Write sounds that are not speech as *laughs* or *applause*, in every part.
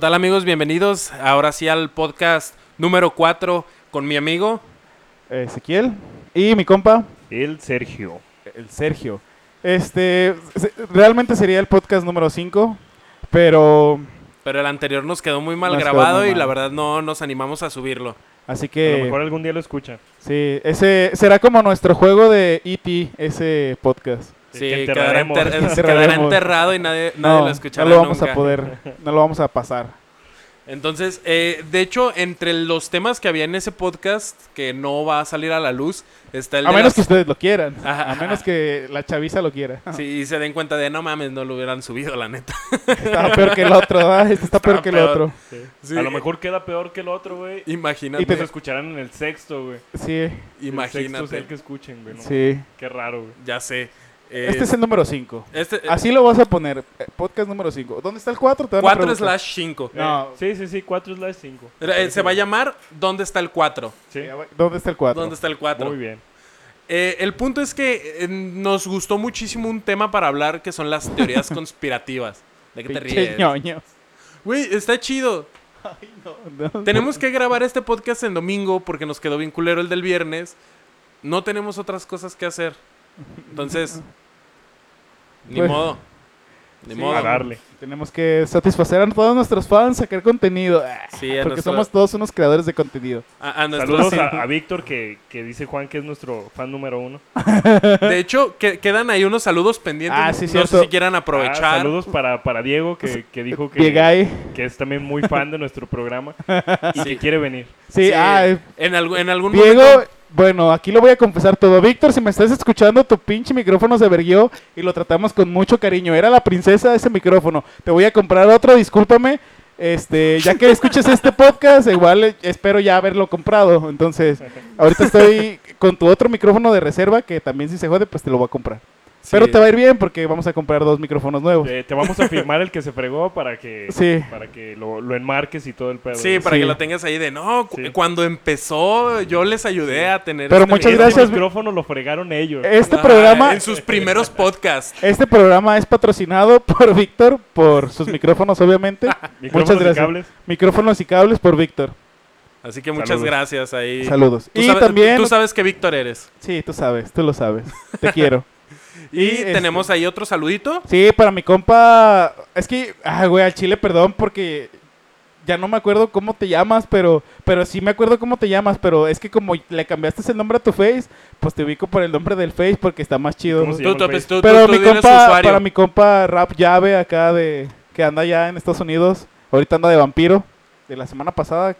tal amigos? Bienvenidos ahora sí al podcast número 4 con mi amigo. Ezequiel y mi compa, El Sergio. el Sergio. Este, se- realmente sería el podcast número 5, pero Pero el anterior nos quedó muy mal Nos quedó grabado muy y la mal. verdad no nos animamos a subirlo. así A lo que mejor algún día lo escucha. sí, ese será como nuestro juego de ET ese podcast. Sí, Sí, que quedará, enterraremos. enter- Que quedará enterraremos. enterrado y nadie, nadie No, lo escuchará no lo vamos nunca. a poder, no lo vamos a pasar. Entonces, eh, de hecho, entre los temas que había en ese podcast que no va a salir a la luz, está el A de menos que las- ustedes lo quieran, Ajá, a menos ajá. que la chaviza lo quiera. *laughs* Sí, y se den cuenta de, no mames, no lo hubieran subido, la neta. *laughs* Está peor que el otro, ¿verdad? Este está peor que el peor. otro. *laughs* Sí. Sí. A lo mejor queda peor que el otro, güey. Y Imagínate. Y te- lo escucharán en el sexto, güey. Sí, El sexto es imagínate. el que escuchen, güey. ¿no? sí. Qué raro, güey. Ya sé. Eh, Este es el número 5. este- eh, Así lo vas a poner, eh, podcast número 5. ¿Dónde está el 4? 4 slash 5. No. Eh, sí, sí, sí. 4 slash 5. Eh, se va a llamar ¿Dónde está el 4? Sí. Eh, ¿Dónde está el 4? ¿Dónde está el 4? Muy bien. Eh, el punto es que eh, nos gustó muchísimo un tema para hablar que son las *laughs* teorías conspirativas. ¿De qué te ríes? ñoño. Güey, está chido. Tenemos que grabar este podcast en domingo porque nos quedó bien culero el del viernes. No tenemos otras cosas que hacer. Entonces, ni Pues- modo. Ni Sí. modo. A darle. Tenemos que satisfacer a todos nuestros fans, sacar contenido. Ah, Sí, a porque nuestro- somos todos unos creadores de contenido. A- a nuestros- Saludos a, a Víctor, que, que dice Juan que es nuestro fan número uno. De hecho, que- quedan ahí unos saludos pendientes. Ah, sí, no cierto. sé si quieran Ah, aprovechar. saludos para, para Diego, que, que dijo que, Llegáis. que es también muy fan de *laughs* nuestro programa y Sí. que quiere venir. Sí, Sí, ah, eh, en, algu- en algún Diego, momento. bueno, aquí lo voy a confesar todo. Víctor, si me estás escuchando, tu pinche micrófono se verguió y lo tratamos con mucho cariño. Era la princesa ese micrófono. Te voy a comprar otro, discúlpame. Este, ya que escuches este podcast, igual eh, espero ya haberlo comprado. Entonces, ahorita estoy con tu otro micrófono de reserva que también si se jode, pues te lo voy a comprar. Sí. Pero te va a ir bien porque vamos a comprar dos micrófonos nuevos. Eh, te vamos a firmar el que se fregó para que, Sí. para que lo, lo enmarques y todo el pedo. Sí, para Sí. que lo tengas ahí de no. cu- Sí. Cuando empezó, yo les ayudé a tener. Pero muchas Este micrófono. gracias, Vi- micrófono lo fregaron ellos. Este Ah, programa En sus primeros podcasts. Este programa es patrocinado *laughs* por Víctor, por sus *laughs* micrófonos, obviamente. Micrófonos muchas y gracias. cables. Micrófonos y cables por Víctor. Así que muchas Saludos. gracias ahí. Saludos. Tú y sabes- también. Tú sabes que Víctor eres. Sí, tú sabes, tú lo sabes. Te quiero. Y, Y, este- tenemos ahí otro saludito. Sí, para mi compa. Es que. Ah, güey, al chile, perdón, porque. Ya no me acuerdo cómo te llamas, pero. Pero sí me acuerdo cómo te llamas, pero es que como le cambiaste el nombre a tu face, pues te ubico por el nombre del face porque está más chido. ¿Cómo se Tú, tú, llama el pues, tú- país? Pero tú mi diles su compa, usuario. para mi compa Rap Llave acá de que anda ya en Estados Unidos, ahorita anda de vampiro. De la semana pasada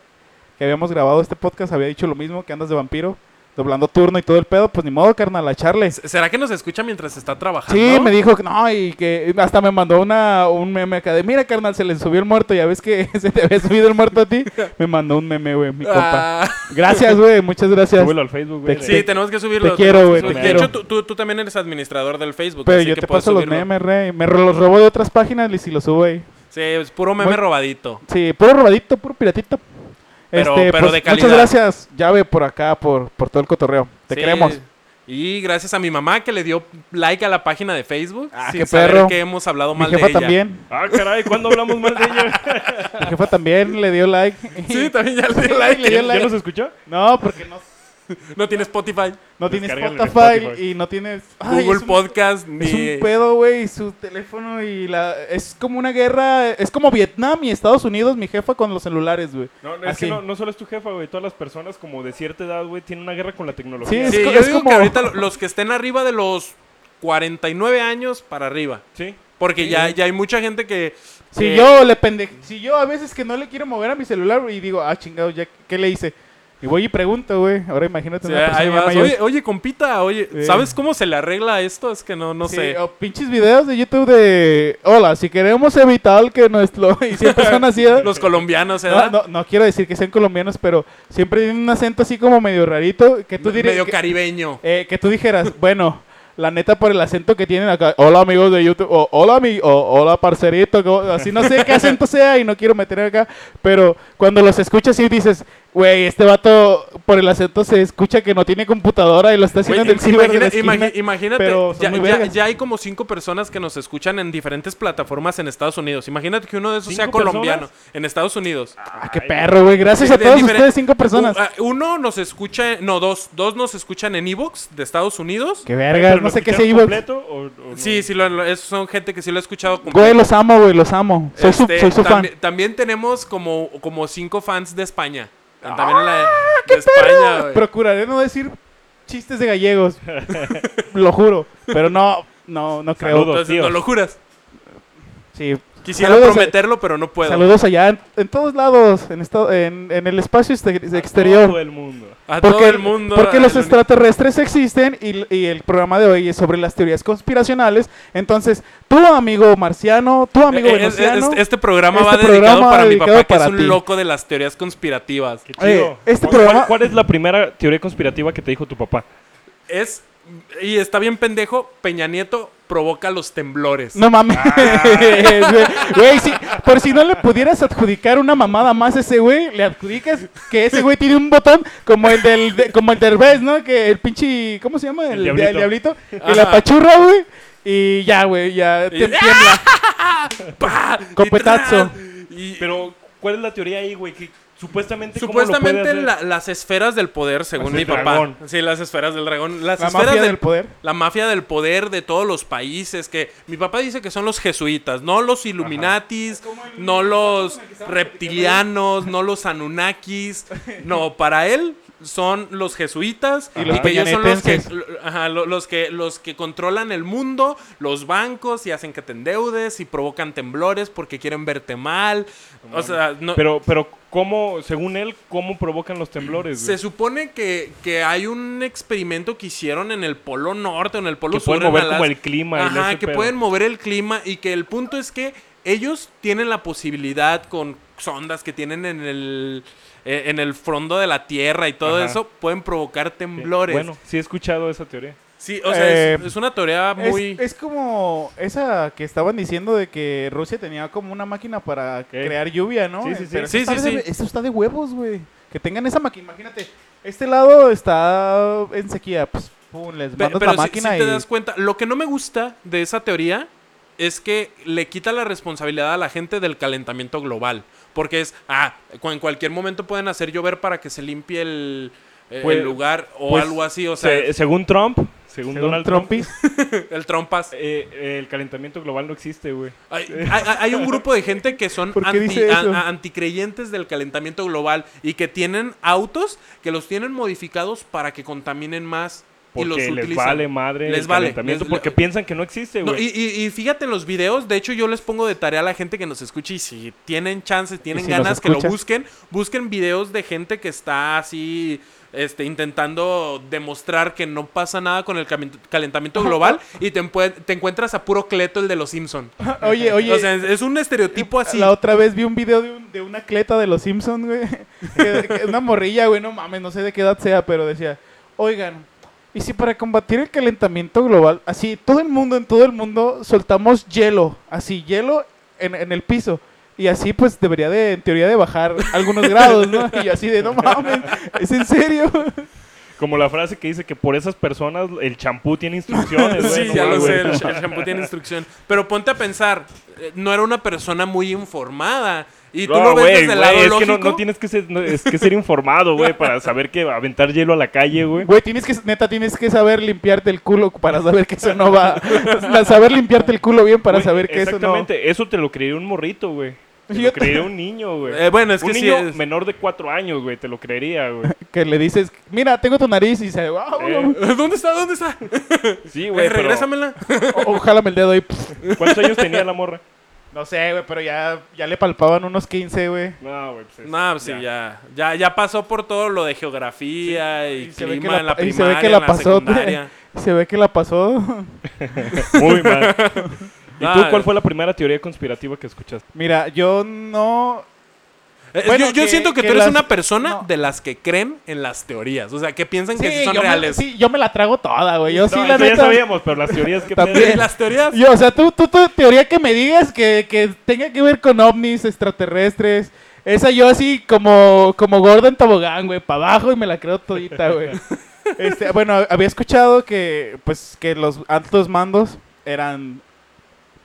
que habíamos grabado este podcast había dicho lo mismo, que andas de vampiro, doblando turno y todo el pedo, pues ni modo, carnal, a charle. Sí, S- ah, ¿Será que nos escucha mientras está trabajando? me dijo que no, y que hasta me mandó una, un meme acá de, mira, carnal, se le subió el muerto, ya ves que *laughs* se te había subido el muerto a ti. Me mandó un meme, güey, mi compa. Ah, Gracias, güey, muchas gracias. Súbelo al Facebook, Te- güey. sí, te- tenemos que subirlo. te quiero, tenemos que güey, subirlo. te De hecho, quiero. tú, tú- tú también eres administrador del Facebook. Pero así yo que te puedes paso los subirlo. memes, rey. Me ro- los robó de otras páginas y si los subo ahí. Sí, es puro meme Muy- robadito. Sí, puro robadito, puro piratito. Pero- este, pero pues, de calidad. Muchas gracias, Llave, por acá, por, por todo el cotorreo. Te Sí. queremos. Y gracias a mi mamá que le dio like a la página de Facebook. Ah, sin qué saber perro. que hemos hablado Mi mal de jefa ella. también. Ah, caray, ¿cuándo hablamos mal *laughs* de ella? *laughs* Mi jefa también le dio like. Sí, también ya le Sí, dio like. le dio ¿Ya, like. ya nos escuchó? *laughs* No, porque no, No tiene Spotify, no tienes Descárgale Spotify, Spotify. y no tienes... Ay, Google es un- Podcast, Es ni... un pedo, güey, y su teléfono y la... Es como una guerra... Es como Vietnam y Estados Unidos, mi jefa, con los celulares, güey. No, es Así. que no, no solo es tu jefa, güey. Todas las personas como de cierta edad, güey, tienen una guerra con la Sí, tecnología. es Sí, co- yo es digo que como- ahorita lo- los que estén arriba de los 49 años para arriba. Sí. Porque Sí. ya, ya hay mucha gente que... Si que- yo le pende... Si yo a veces que no le quiero mover a mi celular güey, y digo, ah, chingado, ya, ¿qué le hice? Y voy y pregunto, güey. Ahora imagínate o una sea, persona ahí ya vas, mayor. Oye, oye, compita, oye, Sí. ¿sabes cómo se le arregla esto? Es que no, no Sí, sé. O pinches videos de YouTube de... Hola, si queremos evitar que nuestro... *laughs* Y siempre son así, ¿eh? Los colombianos, No, ¿verdad? no, no quiero decir que sean colombianos, pero siempre tienen un acento así como medio rarito. Que tú, dirías, Medio que, caribeño. eh, que tú dijeras, *laughs* bueno, la neta por el acento que tienen acá. Hola amigos de YouTube. O hola, mi, o, hola parcerito. como- Así no sé qué acento sea y no quiero meter acá. Pero cuando los escuchas y dices, Güey, este vato por el acento se escucha que no tiene computadora y lo está haciendo Güey, im- del ciber de imagina- la esquina, imagi- imagínate, pero son ya, muy ya- vergas. ya hay como cinco personas que nos escuchan en diferentes plataformas en Estados Unidos. Imagínate que uno de esos sea ¿Cinco personas? colombiano en Estados Unidos. Eh, Ah, qué perro, güey. Gracias De- a de todos diferen- ustedes, cinco personas. U- ah, Uno nos escucha, no, dos, dos nos escuchan en Evox de Estados Unidos. Qué vergas, no sé qué se iba. completo o, o no? Sí, sí, lo, lo- esos son gente que sí lo ha escuchado. Güey, los amo, güey, los amo. Soy Este, su, soy su fan. tambi- También tenemos como, como cinco fans de España. eh, También en la Ah, de, de España, güey. Procuraré no decir chistes de gallegos. *laughs* lo juro. Pero no, no, no creo. Saludos. Entonces, tíos. no lo juras. Sí. Quisiera Saludos a- prometerlo, pero no puedo. Saludos allá en, en todos lados, en, esta- en, en el espacio este- A Todo exterior. el mundo. A todo Porque, el mundo. porque a- los al- extraterrestres existen y, y el programa de hoy es sobre las teorías conspiracionales. Entonces, tu amigo marciano, tu amigo Eh, eh, venusiano, este, este programa este va dedicado programa para dedicado mi papá, que para es un ti. loco de las teorías conspirativas. Qué Eh, chido. este ¿Cuál- programa- ¿Cuál, cuál es la primera teoría conspirativa que te dijo tu papá? Es. Y está bien pendejo, Peña Nieto provoca los temblores. *laughs* No mames, güey. *laughs* Güey, si- por si no le pudieras adjudicar una mamada más a ese güey, le adjudicas que ese güey tiene un botón como el del de- como el del Derbez, ¿no? Que el pinche, ¿cómo se llama? El, El dia- el diablito. diablito. que la Ajá. pachurra, güey. Y ya, güey, ya te Y- tiembla. ¡Pah! Y tras. Copetazo. Y- Pero, ¿cuál es la teoría ahí, güey? Que supuestamente. ¿cómo lo Supuestamente puede la- hacer? las esferas del poder, según Las mi del papá. dragón. Sí, las esferas del dragón. Las La esferas mafia del poder. La mafia del poder de todos los países. Que mi papá dice que son los jesuitas, no los illuminatis, no los reptilianos, no los anunnakis. No, para él son los jesuitas Y los que ellos son los que, peñanetenses. ajá, lo- los que los que controlan el mundo, los bancos y hacen que te endeudes y provocan temblores porque quieren verte mal. O sea, no, Pero, pero, ¿cómo, según él, cómo provocan los temblores, se güey? supone que, que hay un experimento que hicieron en el Polo Norte o en el Polo Que Sur. pueden en mover Alaska. como el clima y Ajá, ese que pedo. pueden mover el clima y que el punto es que ellos tienen la posibilidad con sondas que tienen en el eh, en el fondo de la Tierra y todo Ajá. eso pueden provocar temblores. Bueno, sí he escuchado esa teoría. Sí, o sea, es- Eh, es, una teoría Es, muy es como esa que estaban diciendo de que Rusia tenía como una máquina para ¿Qué? crear lluvia, ¿no? Sí, sí, sí. Pero Sí, eso, sí, está de, sí. eso está de huevos, güey. Que tengan esa máquina. Imagínate, este lado está en sequía. Pues, pum, les Pe- mandas pero la si- máquina si, y... te das cuenta, lo que no me gusta de esa teoría es que le quita la responsabilidad a la gente del calentamiento global. Porque es, ah, cu- en cualquier momento pueden hacer llover para que se limpie el, eh, Pues- el lugar o pues, algo así. O sea, Se- según Trump, según, Según Donald Trump, Trumpis, *laughs* el *laughs* trompas. eh, eh, el calentamiento global no existe, güey. Hay, hay- hay un grupo de gente que son ¿Por qué anti- dice a- eso? a- anticreyentes del calentamiento global y que tienen autos que los tienen modificados para que contaminen más. y los Porque les utilizan. vale madre Les el vale, calentamiento, les- porque piensan que no *laughs* existe, No, güey. y, y- y fíjate en los videos, de hecho yo les pongo de tarea a la gente que nos escuche y si tienen chance, tienen si nos ganas que lo escucha. busquen, busquen videos de gente que está así este, intentando demostrar que no pasa nada con el camen- calentamiento global y te, empue- te encuentras a puro Cleto el de los *laughs* Simpson. Oye, oye. o sea, es, es un estereotipo así. La otra vez vi un video de, un- de una atleta de los Simpsons, güey. *laughs* que- que una morrilla, güey, no mames, no sé de qué edad sea, pero decía, oigan, ¿y si para combatir el calentamiento global, así, todo el mundo, en todo el mundo, soltamos hielo, así, hielo en, en el piso? Y así, pues, debería de, en teoría, de bajar algunos grados, ¿no? Y yo así de, no mames, ¿es en serio? Como la frase que dice que por esas personas el champú tiene instrucciones, *laughs* güey. sí, no ya lo mames, sé, güey. el, el shampoo tiene instrucción. Pero ponte a pensar, eh, no era una persona muy informada. Y tú No, lo ves güey, desde el güey, lado es lógico. que no, no tienes que ser, no, es que ser informado, güey, para saber que aventar hielo a la *laughs* calle, güey. Güey, tienes que, neta, tienes que saber limpiarte el culo para saber que eso no va. *laughs* Saber limpiarte el culo bien para Güey, saber que eso no. Exactamente, eso te lo creería un morrito, güey. Te Yo lo te- creería un niño, güey. *laughs* Eh, bueno, es un que sí niño es- menor de cuatro años, güey, te lo creería, güey. que le dices, mira, tengo tu nariz y "Ah, se, "Wow". Eh, *laughs* ¿Dónde está? ¿Dónde está? sí, güey, Eh, pero regrésamela. O- o jálame el dedo y *laughs* pff. ¿cuántos años tenía la morra? no sé, güey, pero ya, ya le palpaban unos 15, güey. No, güey, pues es- No, sí, ya. ya. Ya pasó por todo lo de geografía y, se ve que clima en la pa- y primaria, se ve que la en la pasó, *laughs* secundaria. se ve que la pasó. Muy mal. ¿Y *laughs* Ah, tú cuál fue la primera teoría conspirativa que escuchaste? Mira, yo no, Eh, Bueno, yo, yo que- siento que, que tú eres las- una persona no. de las que creen en las teorías. O sea, que piensan que sí son yo reales. Me, sí, yo me la trago toda, güey. Yo sí No, la eso ya neta. sabíamos, pero las teorías que También. *laughs* Y las teorías. Yo, o sea, tú, tú, tu teoría que me digas que, que tenga que ver con ovnis, extraterrestres, Esa yo así como, como gorda en tobogán, güey, para abajo y me la creo todita, güey. Este, bueno, había escuchado que, pues, que los altos mandos eran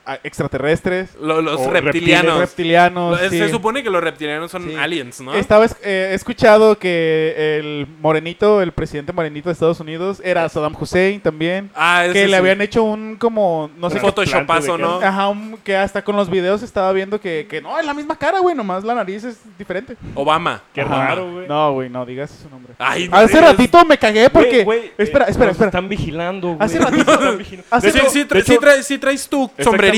ah, extraterrestres, Lo- los O reptilianos. reptilianos. Lo- Se sí. supone que los reptilianos son Sí. aliens, ¿no? Estaba, es- eh, he escuchado que el morenito, el presidente morenito de Estados Unidos, era Saddam Hussein también. Ah, ese Que le sí. habían hecho un como, no sé Un qué. photoshopazo, de ¿no? Ajá, un- que hasta con los videos estaba viendo que, que no, es la misma cara, güey, nomás la nariz es diferente. Obama. Qué Obama. raro, güey. No, güey, no digas su nombre. Ay, Hace es- ratito me cagué Güey, porque... güey, espera, eh, espera, nos espera. Están vigilando, güey. Hace Nos ratito- están vigilando. hace De hecho, ratito- sí, tra- de hecho- sí traes- sí traes tu sombrerito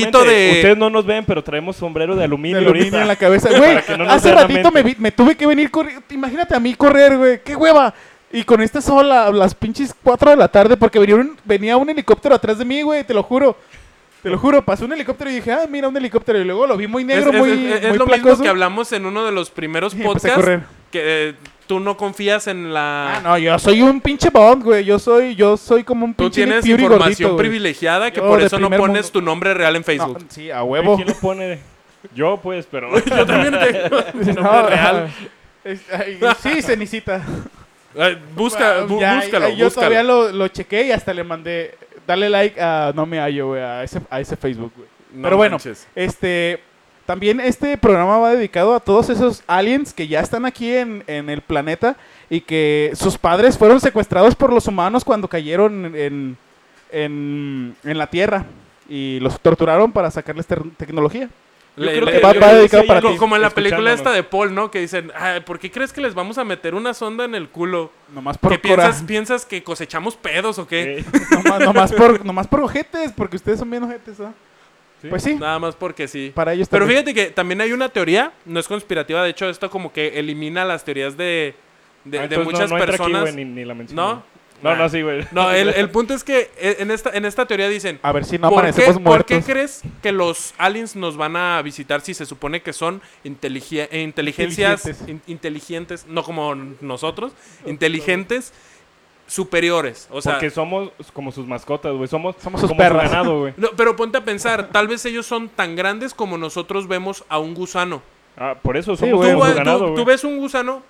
de... Exactamente. Ustedes no nos ven, pero traemos sombrero de aluminio, de aluminio ahorita. en la cabeza. Güey, que no nos hace vea la ratito me, mente. vi- me tuve que venir corriendo. Imagínate a mí correr, güey. ¡Qué hueva! Y con esta sola, a las pinches 4 de la tarde, porque venía un, venía un helicóptero atrás de mí, güey, te lo juro. Te lo juro, pasó un helicóptero y dije, ah, mira un helicóptero. Y luego lo vi muy negro, es, es- muy. es- es muy lo placoso. mismo que hablamos en uno de los primeros *laughs* Y empecé a podcasts correr. que eh, tú no confías en la... Ah, no, yo soy un pinche Bond, güey. Yo soy, yo soy como un Tú pinche Nick tienes Fury información gordito, güey. privilegiada que Yo por de eso no primer pones mundo. tu nombre real en No, Facebook. *laughs* sí, a Güey, huevo. ¿Quién lo pone? Yo, pues, pero... Yo Yo también te- mi *laughs* No, nombre real. es- ay, sí, Cenicita. Eh, busca, Ah, bu- ya, búscalo, ya, Yo búscalo. todavía lo, lo chequé y hasta le mandé. Dale like a No Me Hallo, güey, a ese, a ese Facebook, güey. No Pero bueno, manches. este. También este programa va dedicado a todos esos aliens que ya están aquí en, en el planeta y que sus padres fueron secuestrados por los humanos cuando cayeron en, en, en la Tierra y los torturaron para sacarles ter- tecnología. Le- creo le- que- va- yo va creo que dedicado sí, para yo- co- ti. como en la película esta escuchándonos. de Paul, ¿no? Que dicen, "Ay, ¿por qué crees que les vamos a meter una sonda en el culo? Nomás ¿Qué por piensas, coraje. piensas que cosechamos pedos o *laughs* qué? Eh, *laughs* Nomás, nomás por, nomás por ojetes, porque ustedes son bien ojetes, ¿no? Sí. Pues sí, Nada más porque sí. para ellos Pero también. fíjate que también hay una teoría, no es conspirativa, de hecho esto como que elimina las teorías de, de- ah, de entonces no- muchas no entra aquí, personas. güey, ni, ni la mencioné. ¿No? No, Nah. no, sí, güey. *laughs* No, el, el punto es que eh, en esta, en esta teoría dicen, A ver si no ¿por, qué, amanecemos por qué muertos. crees que los aliens nos van a visitar si se supone que son inteligen- eh, inteligencias Inteligentes. in- inteligentes, no como nosotros, inteligentes superiores? O sea, Porque somos como sus mascotas, güey. Somos, Somos sus como su perras. ganado, güey. no, pero ponte a pensar, tal vez ellos son tan grandes como nosotros vemos a un gusano. Ah, por eso Sí, somos güey. Tú, como güey, su tú- ganado, tú güey. ves un gusano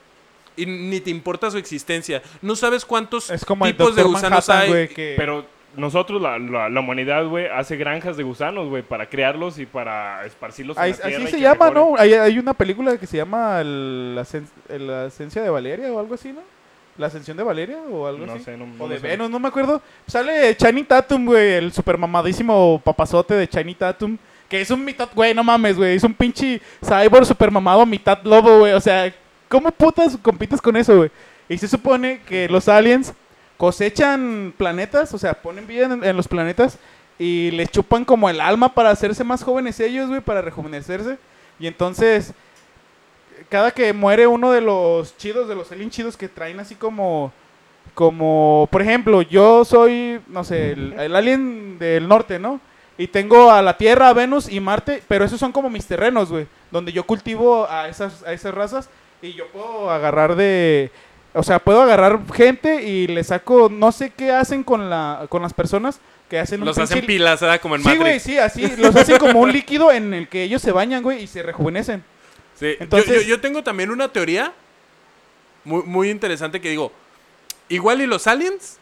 y ni te importa su existencia. No sabes cuántos Es como el tipos de Dr. gusanos Manhattan, hay. eh, güey, que- Pero nosotros, la, la- la humanidad, güey, hace granjas de gusanos, güey, para criarlos y para esparcirlos en Ahí- la tierra. así y se que llama, mejoren. ¿no? Hay, hay una película que se llama el- La Ascen- La Ascensión de Valeria o algo así, ¿no? La Ascensión de Valeria o algo No así. sé, no- no o de me suena. Venus, no me acuerdo. Sale Channing Tatum, güey, el super mamadísimo papazote de Channing Tatum. Que es un mitad, güey, no mames, güey. Es un pinche cyborg super mamado, mitad lobo, güey. O sea, ¿cómo putas compites con eso, güey? Y se supone que los aliens cosechan planetas, o sea, ponen vida en, en los planetas y les chupan como el alma para hacerse más jóvenes ellos, güey, para rejuvenecerse. Y entonces, cada que muere uno de los chidos, de los aliens chidos que traen así como, como, por ejemplo, yo soy, no sé, el, el alien del norte, ¿no? Y tengo a la Tierra, a Venus y Marte, pero esos son como mis terrenos, güey, donde yo cultivo a esas, a esas razas y yo puedo agarrar de... O sea, puedo agarrar gente y le saco, no sé qué hacen con, la, con las personas que hacen un Los hacen pinche- pilas, ¿verdad? Como en Sí, Matrix. güey, sí, así. Los hacen como un líquido en el que ellos se bañan, güey, y se rejuvenecen. Ah, Sí, yo- Entonces- yo, yo tengo también una teoría muy, muy interesante que digo, igual y los aliens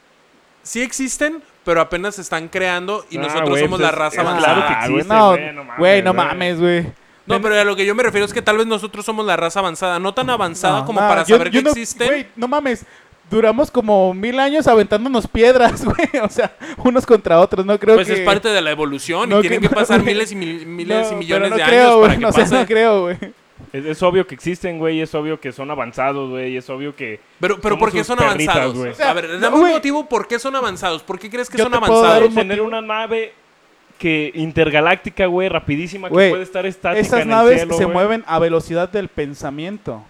sí existen, pero apenas se están creando y Ah, nosotros güey, somos pues la es- raza es avanzada. claro que Ah, güey, existe, güey, no, no güey, no mames, mames, güey. No, pero a lo que yo me refiero es que tal vez nosotros somos la raza avanzada, no tan avanzada No, como no, para yo- saber yo que no- existen. Güey, no mames. Duramos como mil años aventándonos piedras, *laughs* güey. O sea, unos contra otros, no creo pues que... es parte de la evolución no y tienen que- que, pasar *laughs* güey, miles y mil- miles No, y millones pero no de creo, años güey, para que no sé, pase. *laughs* no creo, güey. Es, es obvio que existen, güey. Es obvio que son avanzados, güey. Es obvio que. Pero, pero somos ¿por qué sus son perritas, avanzados? güey. O sea, a ver, no, dame un güey. motivo por qué son avanzados. ¿Por qué crees que Yo son te puedo dar avanzados? un tener motivo? una nave que intergaláctica, güey, rapidísima, que Güey, puede estar estática Esas en naves el cielo, se güey. mueven a velocidad del pensamiento,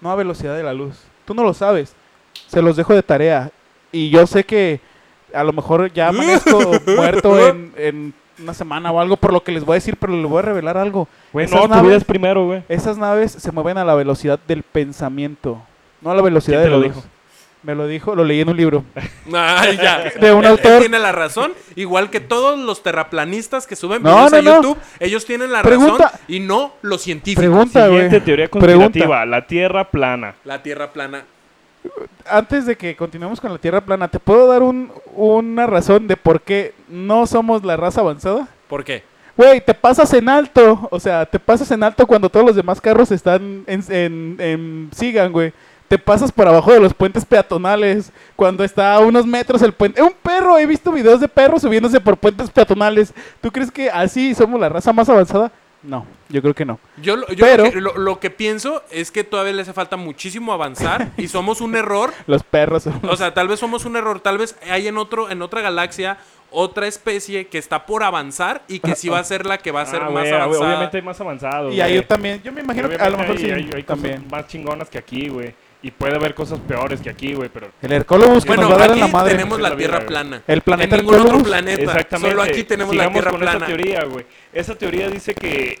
no a velocidad de la luz. Tú no lo sabes. Se los dejo de tarea. Y yo sé que a lo mejor ya *laughs* amanezco muerto en, en una semana o algo por lo que les voy a decir, pero les voy a revelar algo. Güey, esas, no, tu vida naves, es primero, güey. esas naves se mueven a la velocidad del pensamiento, no a la velocidad ¿Quién te de la lo luz. dijo? Me lo dijo, lo leí en un *laughs* libro. *laughs* Ay, ya. *laughs* De un Él- él autor. tiene la razón, igual que todos los terraplanistas que suben No, videos a no, no. YouTube, ellos tienen la Pregunta- razón y no los científicos. Pregunta, güey. Siguiente teoría Pregunta. conspirativa, la Tierra plana. La Tierra plana. Antes de que continuemos con la Tierra plana, ¿te puedo dar un- una razón de por qué no somos la raza avanzada? ¿Por qué? Güey, te pasas en alto. O sea, te pasas en alto cuando todos los demás carros están en, en, en- sigan, güey. Te pasas por abajo de los puentes peatonales. Cuando está a unos metros el puente. Un perro, he visto videos de perros subiéndose por puentes peatonales. ¿Tú crees que así somos la raza más avanzada? No, yo creo que no. Yo, lo, yo Pero- lo, que, lo- lo que pienso es que todavía le hace falta muchísimo *laughs* avanzar y somos un error. Los perros. son- O sea, tal vez somos un error, tal vez hay en otro en otra galaxia otra especie que está por avanzar y que sí va a ser la que va a ser Ah, más güey, ah, güey, avanzada. obviamente hay más avanzado. y ahí güey. también, yo me imagino que a lo Obviamente mejor sí. hay, hay también. cosas más chingonas que aquí, güey. Y puede haber cosas peores que aquí, güey, pero... El Hercólogos que bueno, nos va a dar aquí en la madre. tenemos la Sí, la Tierra vida, güey. plana. El planeta en ningún otro Hercules. planeta. Exactamente. Solo aquí tenemos Sigamos la Tierra con plana. Esa teoría, güey. Esa teoría dice que,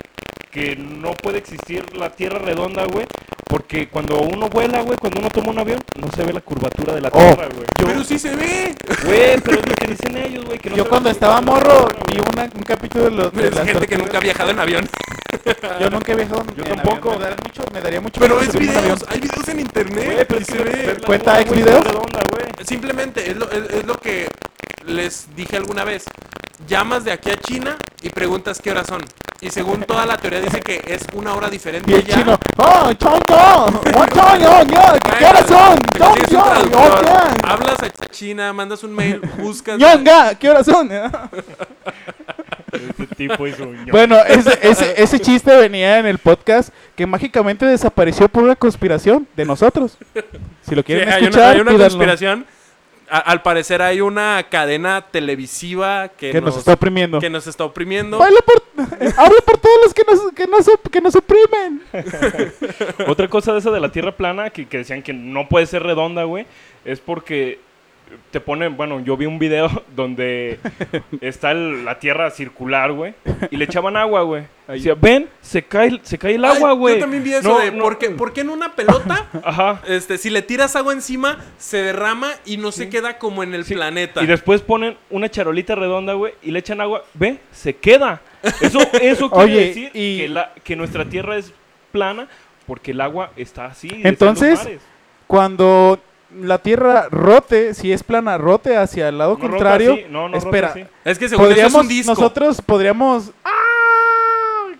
que no puede existir la Tierra redonda, güey, porque cuando uno vuela, güey, cuando uno toma un avión, no se ve la curvatura de la Oh. Tierra, güey. Pero sí se ve. Güey, pero es lo que dicen ellos, güey, que no se Yo ve cuando la estaba curvatura de morro la Tierra, vi güey. una- un capítulo de los... de Es las gente que tortugas. nunca ha viajado en avión. Yo nunca he viajado. Yo en tampoco. avión, Me, daría mucho- me daría mucho Pero miedo es subirme en videos, avión. hay videos en Güey, internet pero y es se que ve. ver la pues, ¿Cuenta luna, Ex güey, Videos? es redonda, güey. Simplemente es lo, es- es lo que les dije alguna vez. Llamas de aquí a China y preguntas qué horas son. Y según toda la teoría dice que es una hora diferente Y el ya. chino, ¡Oh, chon, chon! ¡Oh, chon, yo, yo! ¿Qué Bueno, horas son? te ¡Chon, consigues un chon! ¡Oh, traductor, chon! Hablas a China, mandas un *laughs* mail, buscas. ¡Ñonga! ¿Qué horas son? Este tipo hizo *laughs* un ño. Bueno, ese, ese, ese chiste venía en el podcast que mágicamente desapareció por una conspiración de nosotros. Si lo Sí, quieren hay una, escuchar, hay una pídanlo, conspiración. A- al parecer hay una cadena televisiva que, que nos está oprimiendo. que nos está oprimiendo. Baila por, habla por todos los que nos, que nos, op- que nos oprimen. Otra cosa de esa de la Tierra plana, que, que decían que no puede ser redonda, güey, es porque te ponen, bueno, yo vi un video *laughs* donde está el- la Tierra circular, güey, y le echaban agua, güey. Decía, ven, se cae, se cae el Ay, agua, güey. Yo también vi eso No, de no, ¿por, qué, por qué en una *laughs* pelota, Ajá. este, si le tiras agua encima, se derrama y no se queda como en el Sí. planeta? Y después ponen una charolita redonda, güey, y le echan agua, ve, se queda. Eso, *laughs* eso quiere Oye, decir y- que, la, que nuestra Tierra es plana porque el agua está así. está en los Entonces, mares. Cuando la Tierra rote, si es plana, rote hacia el lado No rota contrario. así, no, no rota espera, así. Es que según eso es podríamos, un disco. nosotros podríamos ¡ah!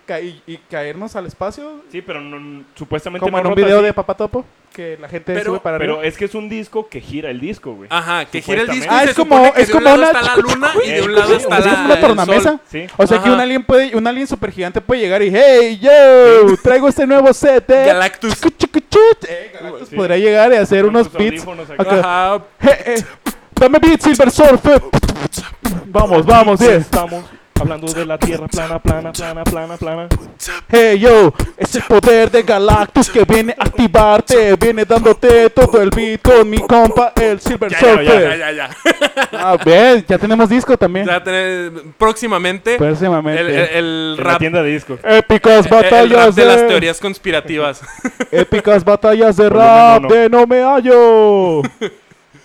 ca- y, y caernos al espacio. Sí, pero no- supuestamente Como no en un rota video así. de Papatopo, que la gente Pero- sube para Pero eh, arriba. es que es un disco que gira el disco, güey. Ajá, que gira el disco. y Supuestamente. Ah, se es como- supone que es de un como lado una- está la luna y Eh, de un lado Es está Es la. como una el sol. tornamesa. Sí. O sea que Ajá. un alien puede, un alien supergigante puede llegar y hey *laughs* yo, traigo este nuevo set. de- Galactus. chucu, chucu, chut". Eh, Galactus Sí. podría llegar y hacer Con unos sus beats. audífonos acá. acá. Ajá. Eh, eh, Dame beats, Silver Surfer. Vamos, vamos, yes. Estamos hablando de la tierra plana, plana, plana, plana, plana. Hey yo, es el poder de Galactus que viene a activarte, viene dándote todo el beat con mi compa, el Silver Ya, ya, ya, Surfer. ya, ya. *laughs* Ah, ven, ya tenemos disco también. Ya tenés- próximamente. Pues, Próximamente. El, el- el En la rap. eh, tienda de discos. Épicas el rap batallas eh. de las de, teorías conspirativas. épicas batallas de Volumen rap uno. de no me hallo.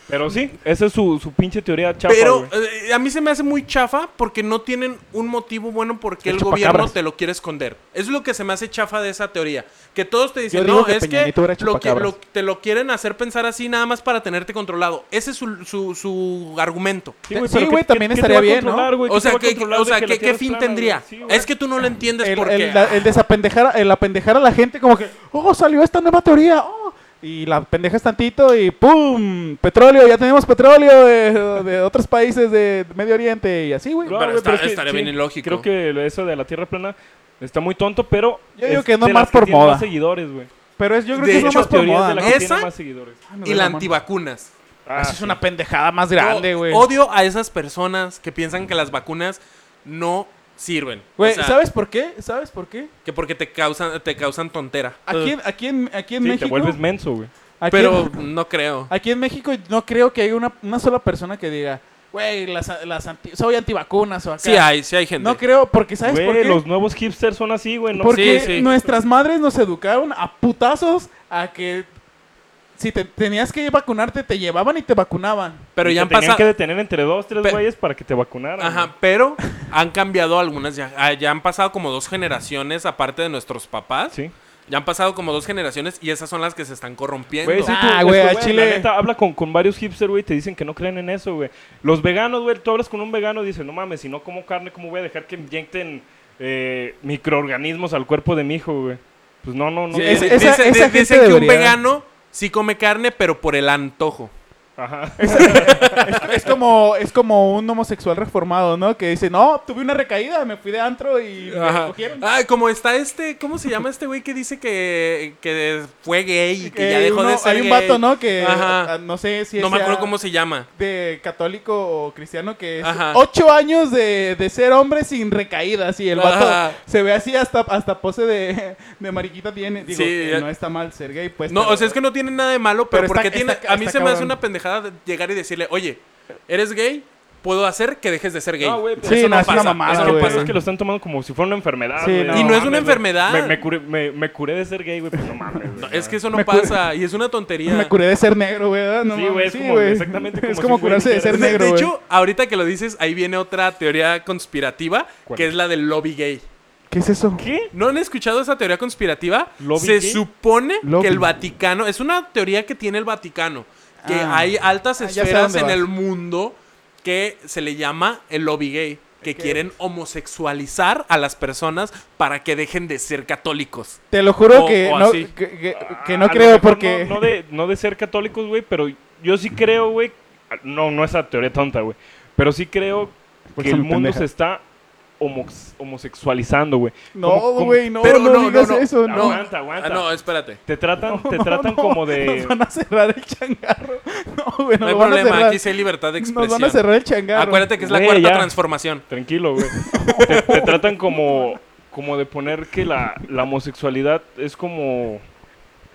Pero sí, esa es su, su pinche teoría chapa, Pero güey. eh, a mí se me hace muy chafa porque no tienen un motivo bueno porque El el, gobierno chupacabras. te lo quiere esconder. Es lo que se me hace chafa de esa teoría. Que todos te dicen, Yo digo no, que es Peña que, Nieto era lo que chupacabras". lo- te lo quieren hacer pensar así nada más para tenerte controlado. Ese es su, su- su argumento. sí, pero ¿qué- güey, qué- también qué te estaría va a bien, ¿no? controlar, güey? o ¿Qué te sea, va a que, controlar o de sea, que la que- ¿qué tierra es fin plana, tendría? güey? Sí, güey. es que tú no lo entiendes El, porque... el- la- el desapendejar, el apendejar a la gente como que, oh, salió esta nueva teoría, oh, Y la pendejas tantito y ¡pum! Petróleo, ya tenemos petróleo de, de otros países de Medio Oriente y así, güey. Pero Claro, güey, está- es que estaría bien ilógico. Creo que eso de la tierra plana está muy tonto, pero. Yo digo es que no de más las por tiene moda. Más seguidores, güey. Pero es, yo creo De que es hecho, nomás por Teorías moda, de la ¿no? Ah, que tiene ¿Esa? Ah, más seguidores. Ay, me y duele la mano. antivacunas. Ah, Esa es sí. una pendejada más grande, O- güey. Odio a esas personas que piensan que las vacunas no sirven. O Güey, sea, ¿sabes por qué? ¿Sabes por qué? Que porque te causan, te causan tontera. Aquí, en- aquí en, aquí en Sí, México... te vuelves menso, güey. aquí- Pero no creo. Aquí en México no creo que haya una, una sola persona que diga, güey, las, las anti- soy antivacunas o acá. Sí hay, sí hay gente. No creo, porque ¿sabes por Güey, qué? los nuevos hipsters son así, güey. No Porque Sí, sí. nuestras madres nos educaron a putazos a que si te tenías que vacunarte, te llevaban y te vacunaban. Pero Y ya te han tenían pasado. que detener entre dos, tres Pe- güeyes para que te vacunaran. güey. Ajá, pero han cambiado algunas ya. Ah, Ya han pasado como dos generaciones, aparte de nuestros papás. Sí. Ya han pasado como dos generaciones y esas son las que se están corrompiendo. Güey, sí, tú, Ah, es güey, que, a Chile. La neta, habla con, con varios hipsters, güey, y te dicen que no creen en eso, güey. Los veganos, güey, tú hablas con un vegano y dices, no mames, si no como carne, ¿cómo voy a dejar que inyecten eh, microorganismos al cuerpo de mi hijo, güey? Pues no, no, no. Sí, Dice- es- dice- esa- dice- esa gente dicen que un debería- vegano sí come carne, pero por el antojo. Ajá. Es como, es como un homosexual reformado, ¿no? Que dice, no, tuve una recaída, me fui de antro y me Ajá. cogieron. Ah, como está este, ¿cómo se llama este güey que dice que, que fue gay y que ya Eh, dejó uno- de ser Hay un gay? vato, ¿no? Que Ajá. ah, no sé si No es me acuerdo ya cómo se llama. de católico o cristiano que es Ajá. ocho años de, de ser hombre sin recaídas y el vato Ajá. se ve así hasta, hasta pose de, de mariquita tiene. Digo, Sí, que ya- no está mal ser gay, pues. No, pero- o sea, es que no tiene nada de malo, pero, Pero está- porque está- tiene. está a mí se me hace cabrón. una pendejada de llegar y decirle, oye, ¿eres gay? Puedo hacer que dejes de ser gay. No, güey, pero Sí, eso no, no es una pasa, mamada, eso no güey. pasa. Es que lo están tomando como si fuera una enfermedad, Sí, güey. no. Y no es una mames, enfermedad. Me, me curé, me, me curé de ser gay, güey, pues no mames. güey, No, no. es que eso no Me curé. pasa y es una tontería. Me curé de ser negro, güey. ¿verdad? No Sí, mames, güey, es como- güey. exactamente como Es si como un güey curarse de dijera- ser de, negro, de güey. hecho, ahorita que lo dices, ahí viene otra teoría conspirativa, ¿Cuál? que es la del lobby gay. ¿Qué es eso? ¿Qué? ¿No han escuchado esa teoría conspirativa? ¿Lobby Se qué? supone Lobby. que el Vaticano, es una teoría que tiene el Vaticano, que Ah. hay altas Ah, ya sé a esferas dónde en vas. el mundo que se le llama el lobby gay, que Ok. quieren homosexualizar a las personas para que dejen de ser católicos. Te lo juro O- que, o no, así. que, que- que no Ah, A lo creo mejor porque... No, no de, no de ser católicos, güey, pero yo sí creo, güey. No, no esa teoría tonta, güey. Pero sí creo Por que eso el me mundo pendeja. se está homox- homosexualizando, güey. No, Como- como- güey, no, Pero no, no, no, digas no. eso, No, no. man, Aguanta, aguanta. Ah, no, espérate. Te tratan, *laughs* te No, tratan no, como de. *laughs* Nos van a cerrar el changarro. No, güey, No nos hay lo van a problema, cerrar. aquí sí hay libertad de Nos van a expresión. cerrar el changarro. Acuérdate que es la Güey, cuarta ya. transformación. *laughs* Tranquilo, güey. te, te tratan como, como de poner que la, la homosexualidad es como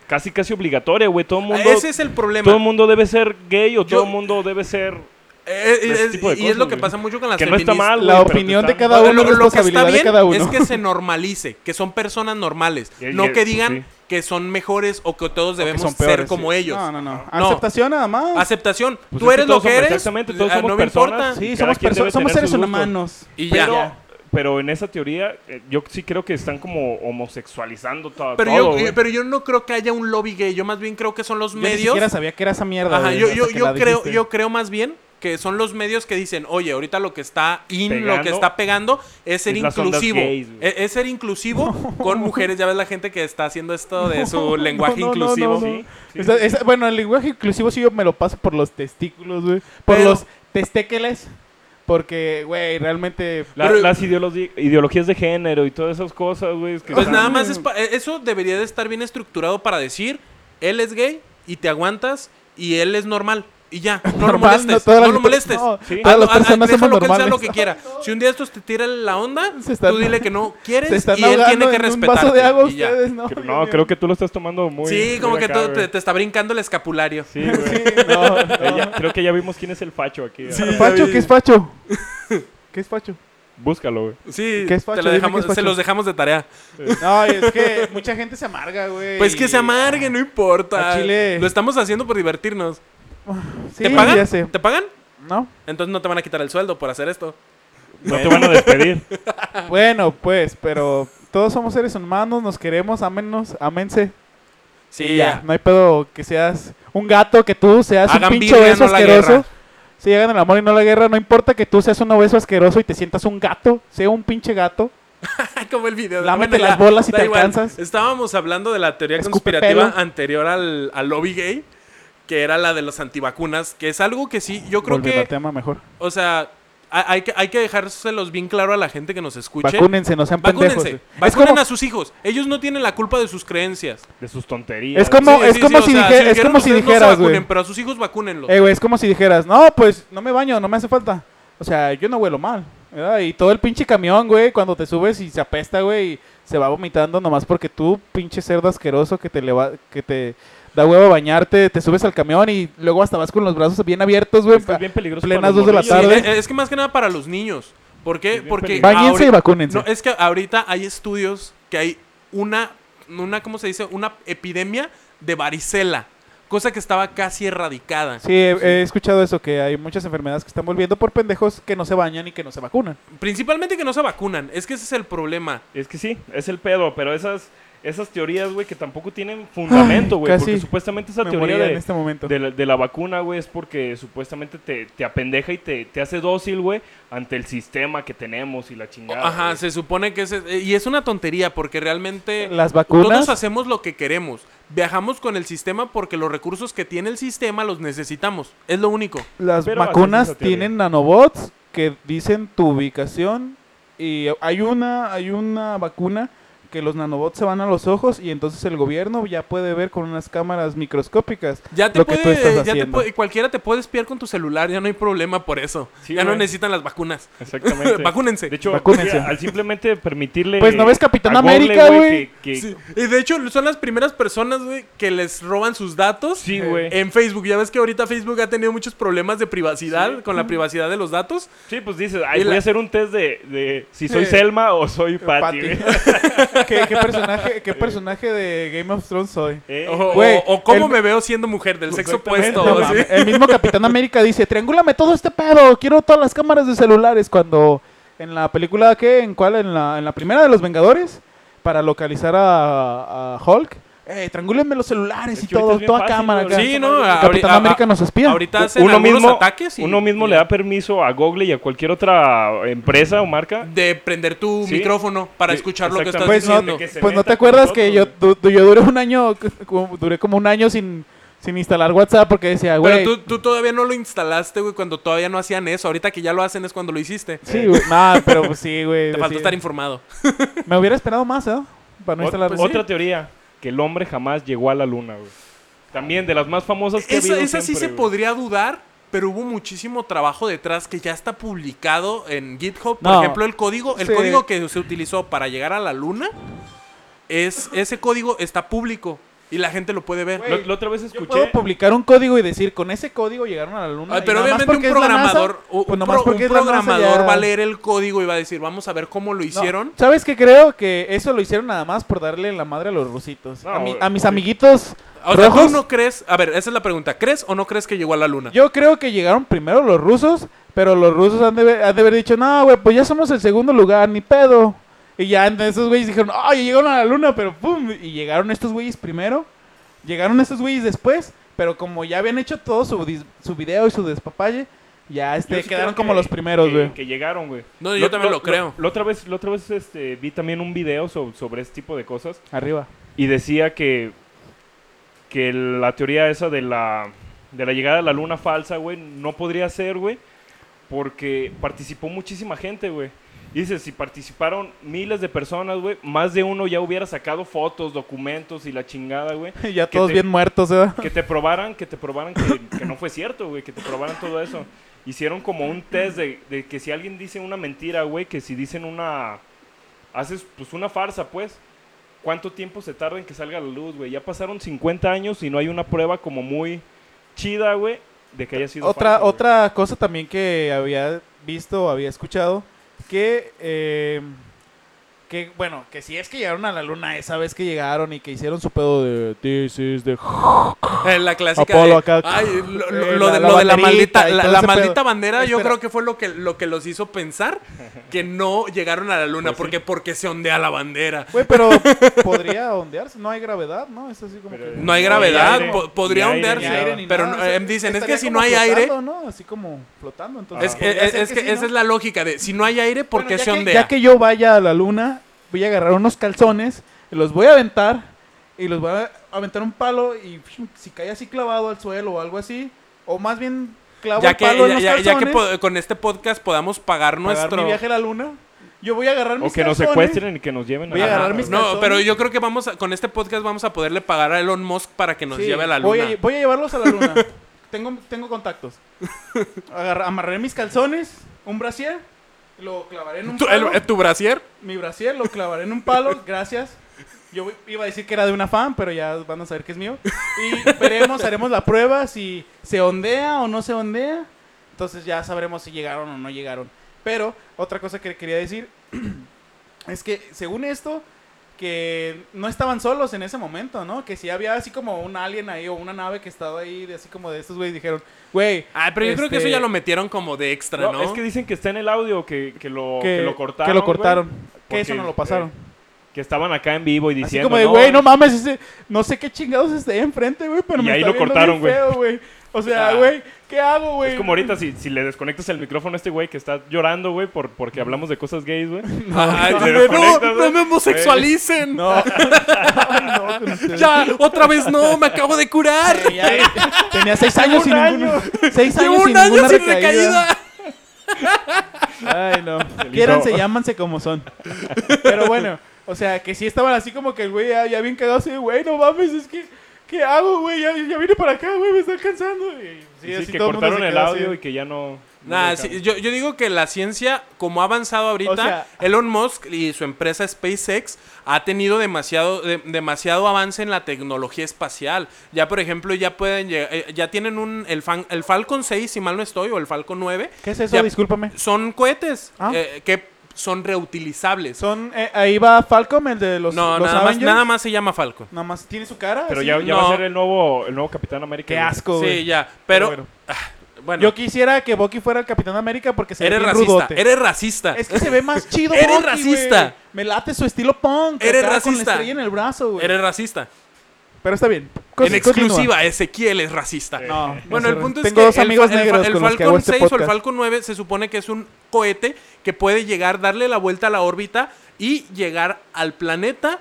casi casi obligatoria, güey. Todo mundo, Ah, Ese es el problema. todo mundo debe ser gay o Yo- todo mundo debe ser Eh, eh, este ese es- tipo de y es lo cosas, que güey. pasa mucho con las que no está feministas. mal, La güey, pero te opinión de están- cada uno lo, es lo que está responsabilidad de bien cada uno. es que se normalice, que son personas normales, Y- y- no que pues, digan sí. que son mejores o que todos Que debemos son ser peores, como sí. ellos. No, no, no. No. Aceptación nada más. Aceptación, Pues tú es que eres lo todos que somos- eres, exactamente, todos ah, somos no me importa. personas. sí, cada somos, quien perso- debe somos tener seres sus gustos. humanos. Y ya. Pero, pero en esa teoría, eh, yo sí creo que están como homosexualizando to- Pero, todo. yo, eh, güey. pero yo no creo que haya un lobby gay, yo más bien creo que son los Yo ni medios. siquiera sabía que era esa mierda. Ajá, güey, yo, hasta yo, que yo la creo, dijiste. yo creo más bien que son los medios que dicen, oye, ahorita lo que está in, lo que Pegando está pegando es ser es las ondas inclusivo. E, gays, güey. es, es ser *laughs* inclusivo con mujeres. Ya ves la gente que está haciendo esto de su No, lenguaje no, no, inclusivo. no, no. Sí, sí, Esa- sí. esa- bueno, el lenguaje inclusivo sí yo me lo paso por los testículos, güey. Por Pero- los testéqueles. Porque, güey, realmente... *laughs* La- pero- las ideologi- ideologías de género y todas esas cosas, güey. es que Pues están- nada más es pa- eh, eso debería de estar bien estructurado para decir, él es gay y te aguantas y él es normal y ya, no lo Normal, molestes, todas no, las- lo molestes. no, Sí. todas Hazlo- las haz- haz- personas somos déjalo que él sea normales. lo que quiera. Si un día estos te tiran la onda, *laughs* Se están- tú dile que no quieres Se están y él ahogando tiene que en un respetar. vaso de agua ustedes, ¿no? que- no, creo que tú lo estás tomando muy. Sí, como muy que acá, todo güey. te, te está brincando el escapulario. Sí, güey. Sí, *laughs* no, Eh, no. ya- creo que ya vimos quién es el facho aquí. ¿verdad? Facho, ¿qué es *laughs* Facho? ¿Qué es Facho? Búscalo, güey. Sí, ¿Qué es te facho? lo Dime dejamos- qué es facho. se los dejamos de tarea. No, es que mucha gente se amarga, güey. Pues que se amargue, no importa. A Chile. Lo estamos haciendo por divertirnos. Sí, ¿Te pagan? ya sé. ¿Te pagan? ¿No? Entonces no te van a quitar el sueldo por hacer esto. No te van a despedir. Ah. Bueno, pues, pero todos somos seres humanos, nos queremos, ámennos, ámense. Sí, Y ya, no hay pedo que seas un gato, que tú seas Hagan un pinche birria, obeso no la guerra. asqueroso. Si hagan el amor y no la guerra, no importa que tú seas un obeso asqueroso y te sientas un gato, sea un pinche gato. *laughs* Como el video. Lámate ya, las bolas si da te alcanzas. Estábamos hablando de la teoría Escupe conspirativa pelo. anterior al, al lobby gay, que era la de los antivacunas, que es algo que sí, yo creo Volviendo al que, tema mejor. o sea, ha- hay que, hay que dejárselos bien claro a la gente que nos escuche. Vacúnense, no sean pendejos. Vacúnense, Es vacunen como, a sus hijos. Ellos no tienen la culpa de sus creencias. De sus tonterías. es como, Sí, es sí, como sí, o si, sea, dije- es quieren como si ustedes no se dijeras, vacunen, güey. pero a sus hijos vacúnenlos. Eh, güey, es como si dijeras, no, pues no me baño, no me hace falta. O sea, yo no huelo mal. ¿verdad? Y todo el pinche camión, güey, cuando te subes y se apesta, güey, y se va vomitando nomás porque tú, pinche cerdo asqueroso que te, leva- que te da huevo bañarte, te subes al camión y luego hasta vas con los brazos bien abiertos, güey. Esto es bien peligroso. plenas para los dos de la Sí, morrillos, tarde. güey. eh, eh, es que más que nada para los niños. ¿Por Es qué? bien Porque peligroso. Báñense y ahorita- vacúnense. No, es que ahorita hay estudios que hay una, una, ¿cómo se dice? Una epidemia de varicela. cosa que estaba casi erradicada. Sí, he, he escuchado eso, que hay muchas enfermedades que están volviendo por pendejos que no se bañan y que no se vacunan. Principalmente que no se vacunan, es que ese es el problema. Es que sí, es el pedo, pero esas, esas teorías, güey, que tampoco tienen fundamento, güey. casi Porque supuestamente esa Me teoría moría de, en este momento. de la, de la vacuna, güey, es porque supuestamente te, te apendeja y te, te hace dócil, güey, ante el sistema que tenemos y la chingada. Ajá, güey. se supone que es... Y es una tontería porque realmente... Las vacunas. Todos hacemos lo que queremos. Viajamos con el sistema porque los recursos que tiene el sistema los necesitamos. Es lo único. Las Pero así es vacunas esa teoría. tienen nanobots que dicen tu ubicación y hay una hay una vacuna que los nanobots se van a los ojos y entonces el gobierno ya puede ver con unas cámaras microscópicas Ya te lo puede, que tú estás ya te haciendo. puede- cualquiera te puede espiar con tu celular, ya no hay problema por eso. Sí, ya no güey. necesitan las vacunas. Exactamente. *laughs* Vacúnense. De hecho, Vacúnense. al simplemente permitirle. Pues, ¿no ves Capitán a Google, América, güey? que- que- Sí. Y de hecho son las primeras personas güey, que les roban sus datos Sí, güey. en Facebook. Ya ves que ahorita Facebook ha tenido muchos problemas de privacidad Sí. con la privacidad de los datos. Sí, pues dices, ay, Y voy la- a hacer un test de, de si soy Eh, Selma o soy Patty. Patty. güey. *laughs* ¿Qué, qué personaje qué personaje de Game of Thrones soy? *laughs* Eh, O, o- Güey, o cómo el- me veo siendo mujer del sexo Exactamente. opuesto. No ¿sí? mames, El mismo Capitán América dice, triangúlame todo este pedo, quiero todas las cámaras de celulares. Cuando en la película que, en cuál, en la, en la primera de los Vengadores, para localizar a, a Hulk, eh, triangúlenme los celulares Es y que ahorita todo, es bien toda fácil, cámara. güey. acá". Sí, no, El ahorita- Capitán a- América nos espía. Ahorita hacen uno algunos mismo, ataques y- uno mismo y- le da permiso a Google y a cualquier otra empresa o marca. de prender tu Sí. micrófono para Sí, escuchar lo que estás exactamente. Pues no, diciendo. que se pues no meta te con acuerdas que yo, nosotros, du- yo duré un año, como- duré como un año sin, sin instalar WhatsApp porque decía, güey... Pero tú, tú todavía no lo instalaste, güey, cuando todavía no hacían eso. Ahorita que ya lo hacen es cuando lo hiciste. Sí, güey, no, pero pues sí, güey. *laughs* Te faltó sí. estar informado. Me hubiera esperado más, ¿eh? Para no Ot- instalar pues otra teoría, que el hombre jamás llegó a la luna, güey. También de las más famosas que ha Esa, habido esa sí siempre, se güey. podría dudar, pero hubo muchísimo trabajo detrás que ya está publicado en GitHub. Por No. ejemplo, el código, el Sí. código que se utilizó para llegar a la luna, es ese código está público y la gente lo puede ver. La, la otra vez Yo escuché. puedo publicar un código y decir, con ese código llegaron a la luna. Ay, y pero nada más obviamente un porque es la NASA, programador, un, pues nada más pro- un porque es la NASA programador ya- va a leer el código y va a decir, vamos a ver cómo lo No, hicieron. ¿Sabes qué? Creo que eso lo hicieron nada más por darle la madre a los rusitos. No, a, mi- güey. a mis amiguitos O sea, rojos. ¿tú no crees? A ver, esa es la pregunta. ¿Crees o no crees que llegó a la luna? Yo creo que llegaron primero los rusos, pero los rusos han de, haber- han de haber dicho, no, güey, pues ya somos el segundo lugar, ni pedo. Y ya entonces esos güeyes dijeron, ay, llegaron a la luna, pero pum, y llegaron estos güeyes primero, llegaron estos güeyes después, pero como ya habían hecho todo su, dis- su video y su despapalle, ya Yo este, sí quedaron creo como que- los primeros, que- güey. Que, llegaron, güey. No, yo también lo creo. La otra vez, la otra vez este, vi también un video so- sobre este tipo de cosas Arriba. y decía que, que la teoría esa de la, de la llegada de la luna falsa, güey, no podría ser, güey, porque participó muchísima gente, güey. Y Dice, si participaron miles de personas, güey, más de uno ya hubiera sacado fotos, documentos y la chingada, güey. *laughs* ya que todos te- bien muertos, ¿verdad? Que te probaran, que te probaran que, que no fue cierto, güey, que te probaran todo eso. Hicieron como un test de, de que si alguien dice una mentira, güey, que si dicen una... Haces pues una farsa, pues. ¿Cuánto tiempo se tarda en que salga a la luz, güey? Ya pasaron 50 años y no hay una prueba como muy chida, güey, de que haya sido Otra, falsa, güey. otra cosa también que había visto, había escuchado, que, eh, que, bueno, que si es que llegaron a la luna esa vez que llegaron y que hicieron su pedo de This is the *laughs* Eh, la clásica Apolo de, acá. ay, lo, lo- Eh, lo la- de, la lo de la banderita maldita, y la, todo la ese pedo. maldita bandera, yo Espera. creo que fue lo que, lo que los hizo pensar que no llegaron a la Pues luna porque, porque se ondea la bandera. Güey, pero podría ondearse, no hay gravedad, ¿no? Es así como que- Pero- No hay No hay gravedad, aire, po- ni podría aire, Ni ondearse. aire ni pero nada, no- o sea, em, dicen, es estaría que si como no hay aire. flotando, Ah. Pues ¿no? Así como flotando, entonces. Es que, es, es que esa es la lógica de si no hay aire, ¿por qué se ondea? Ya que yo vaya a la luna, voy a agarrar unos calzones, los voy a aventar, y los voy a aventar un palo, y si cae así clavado al suelo o algo así, o más bien clavo Ya el que, palo en ya- los ya- ya que calzones, po- con este podcast podamos pagar pagar nuestro. mi viaje a la luna, yo voy a agarrar mis O que nos calzones, secuestren y que nos lleven Voy a Ajá. agarrar mis No, calzones. pero yo creo que vamos a- con este podcast vamos a poderle pagar a Elon Musk para que nos sí, lleve a la Voy luna. a, voy a llevarlos a la luna. tengo, tengo contactos. Agarra- amarraré mis calzones, un brasier, lo clavaré en un ¿Tu, el- eh, palo. ¿Tu brasier? mi brasier, lo clavaré en un palo, gracias. Yo voy- iba a decir que era de una fan, pero ya van a saber que es mío. Y veremos, haremos la prueba si se ondea o no se ondea. Entonces ya sabremos si llegaron o no *clears throat* llegaron. Pero otra cosa que quería decir es que según esto, que no estaban solos en ese momento, ¿no? Que si había así como un alien ahí o una nave que estaba ahí, de, así como de estos güeyes, dijeron, güey. Ah, pero yo creo que eso este, ya lo metieron como de extra, No, ¿no? Es que dicen que está en el audio, que, que lo, que, que lo cortaron. Que lo güey, cortaron. que porque, eso no lo eh, pasaron. que estaban acá en vivo y así diciendo. como de, güey, no mames, ese- no sé qué chingados esté ahí enfrente, güey, pero Y me ahí está lo viendo bien cortaron, güey. feo, güey. O sea, Ah. güey, ¿qué hago, güey? Es como ahorita si, si le desconectas el micrófono a este güey que está llorando, güey, por, porque hablamos de cosas gays, güey. *laughs* Ay, no, Ah, de- no, no, no, no me homosexualicen. *laughs* No. Ay, no, *laughs* con ustedes. Ya, otra vez no, me acabo de curar. Eh, ya, eh, tenía seis años sin año. ninguno. Seis años Llevo sin un año ninguna sin recaída. recaída. Ay, no. Quiéranse, hizo. llámanse como son. Pero bueno, o sea, que sí estaban así como que el güey ya, ya bien cagado, así, güey, no mames, es que, ¿qué hago, güey? Ya, ya vine para acá, güey, me está alcanzando. Y, Sí, así que todo mundo se cortaron el quedó así. audio y que ya no. no Nah, lo sí, dejaron. yo, yo digo que la ciencia, como ha avanzado ahorita, O sea- Elon Musk y su empresa SpaceX ha tenido demasiado, de- demasiado avance en la tecnología espacial. Ya, por ejemplo, ya pueden llegar, eh, ya tienen un, el, fan- el Falcon 6, si mal no estoy, o el Falcon 9. ¿Qué es eso? Ya- Discúlpame. Son cohetes Ah. eh, que son reutilizables. Son, eh, ahí va Falcom, el de los, no, los nada más, Avengers. nada más se llama Falcon. Nada más tiene su cara. Pero así. ya, ya no. va a ser el nuevo, el nuevo Capitán América. Qué güey. asco, güey. Sí, ya. Pero, ah, Pero bueno, Yo quisiera que Bucky fuera el Capitán América porque se eres ve bien racista. rudote. Eres racista. Es que se *laughs* ve más chido Eres Bucky, racista. güey. Me late su estilo punk. Eres acá Con la racista. estrella en el brazo, güey. Eres racista. Pero está bien. en Cos- continúa. exclusiva, Ezequiel es racista. No, Bueno, no el sé, punto es tengo que dos el amigos fa- el, fa- negros el con los que hago Falcon este 6 o el podcast. Falcon 9 se supone que es un cohete que puede llegar, darle la vuelta a la órbita y llegar al planeta,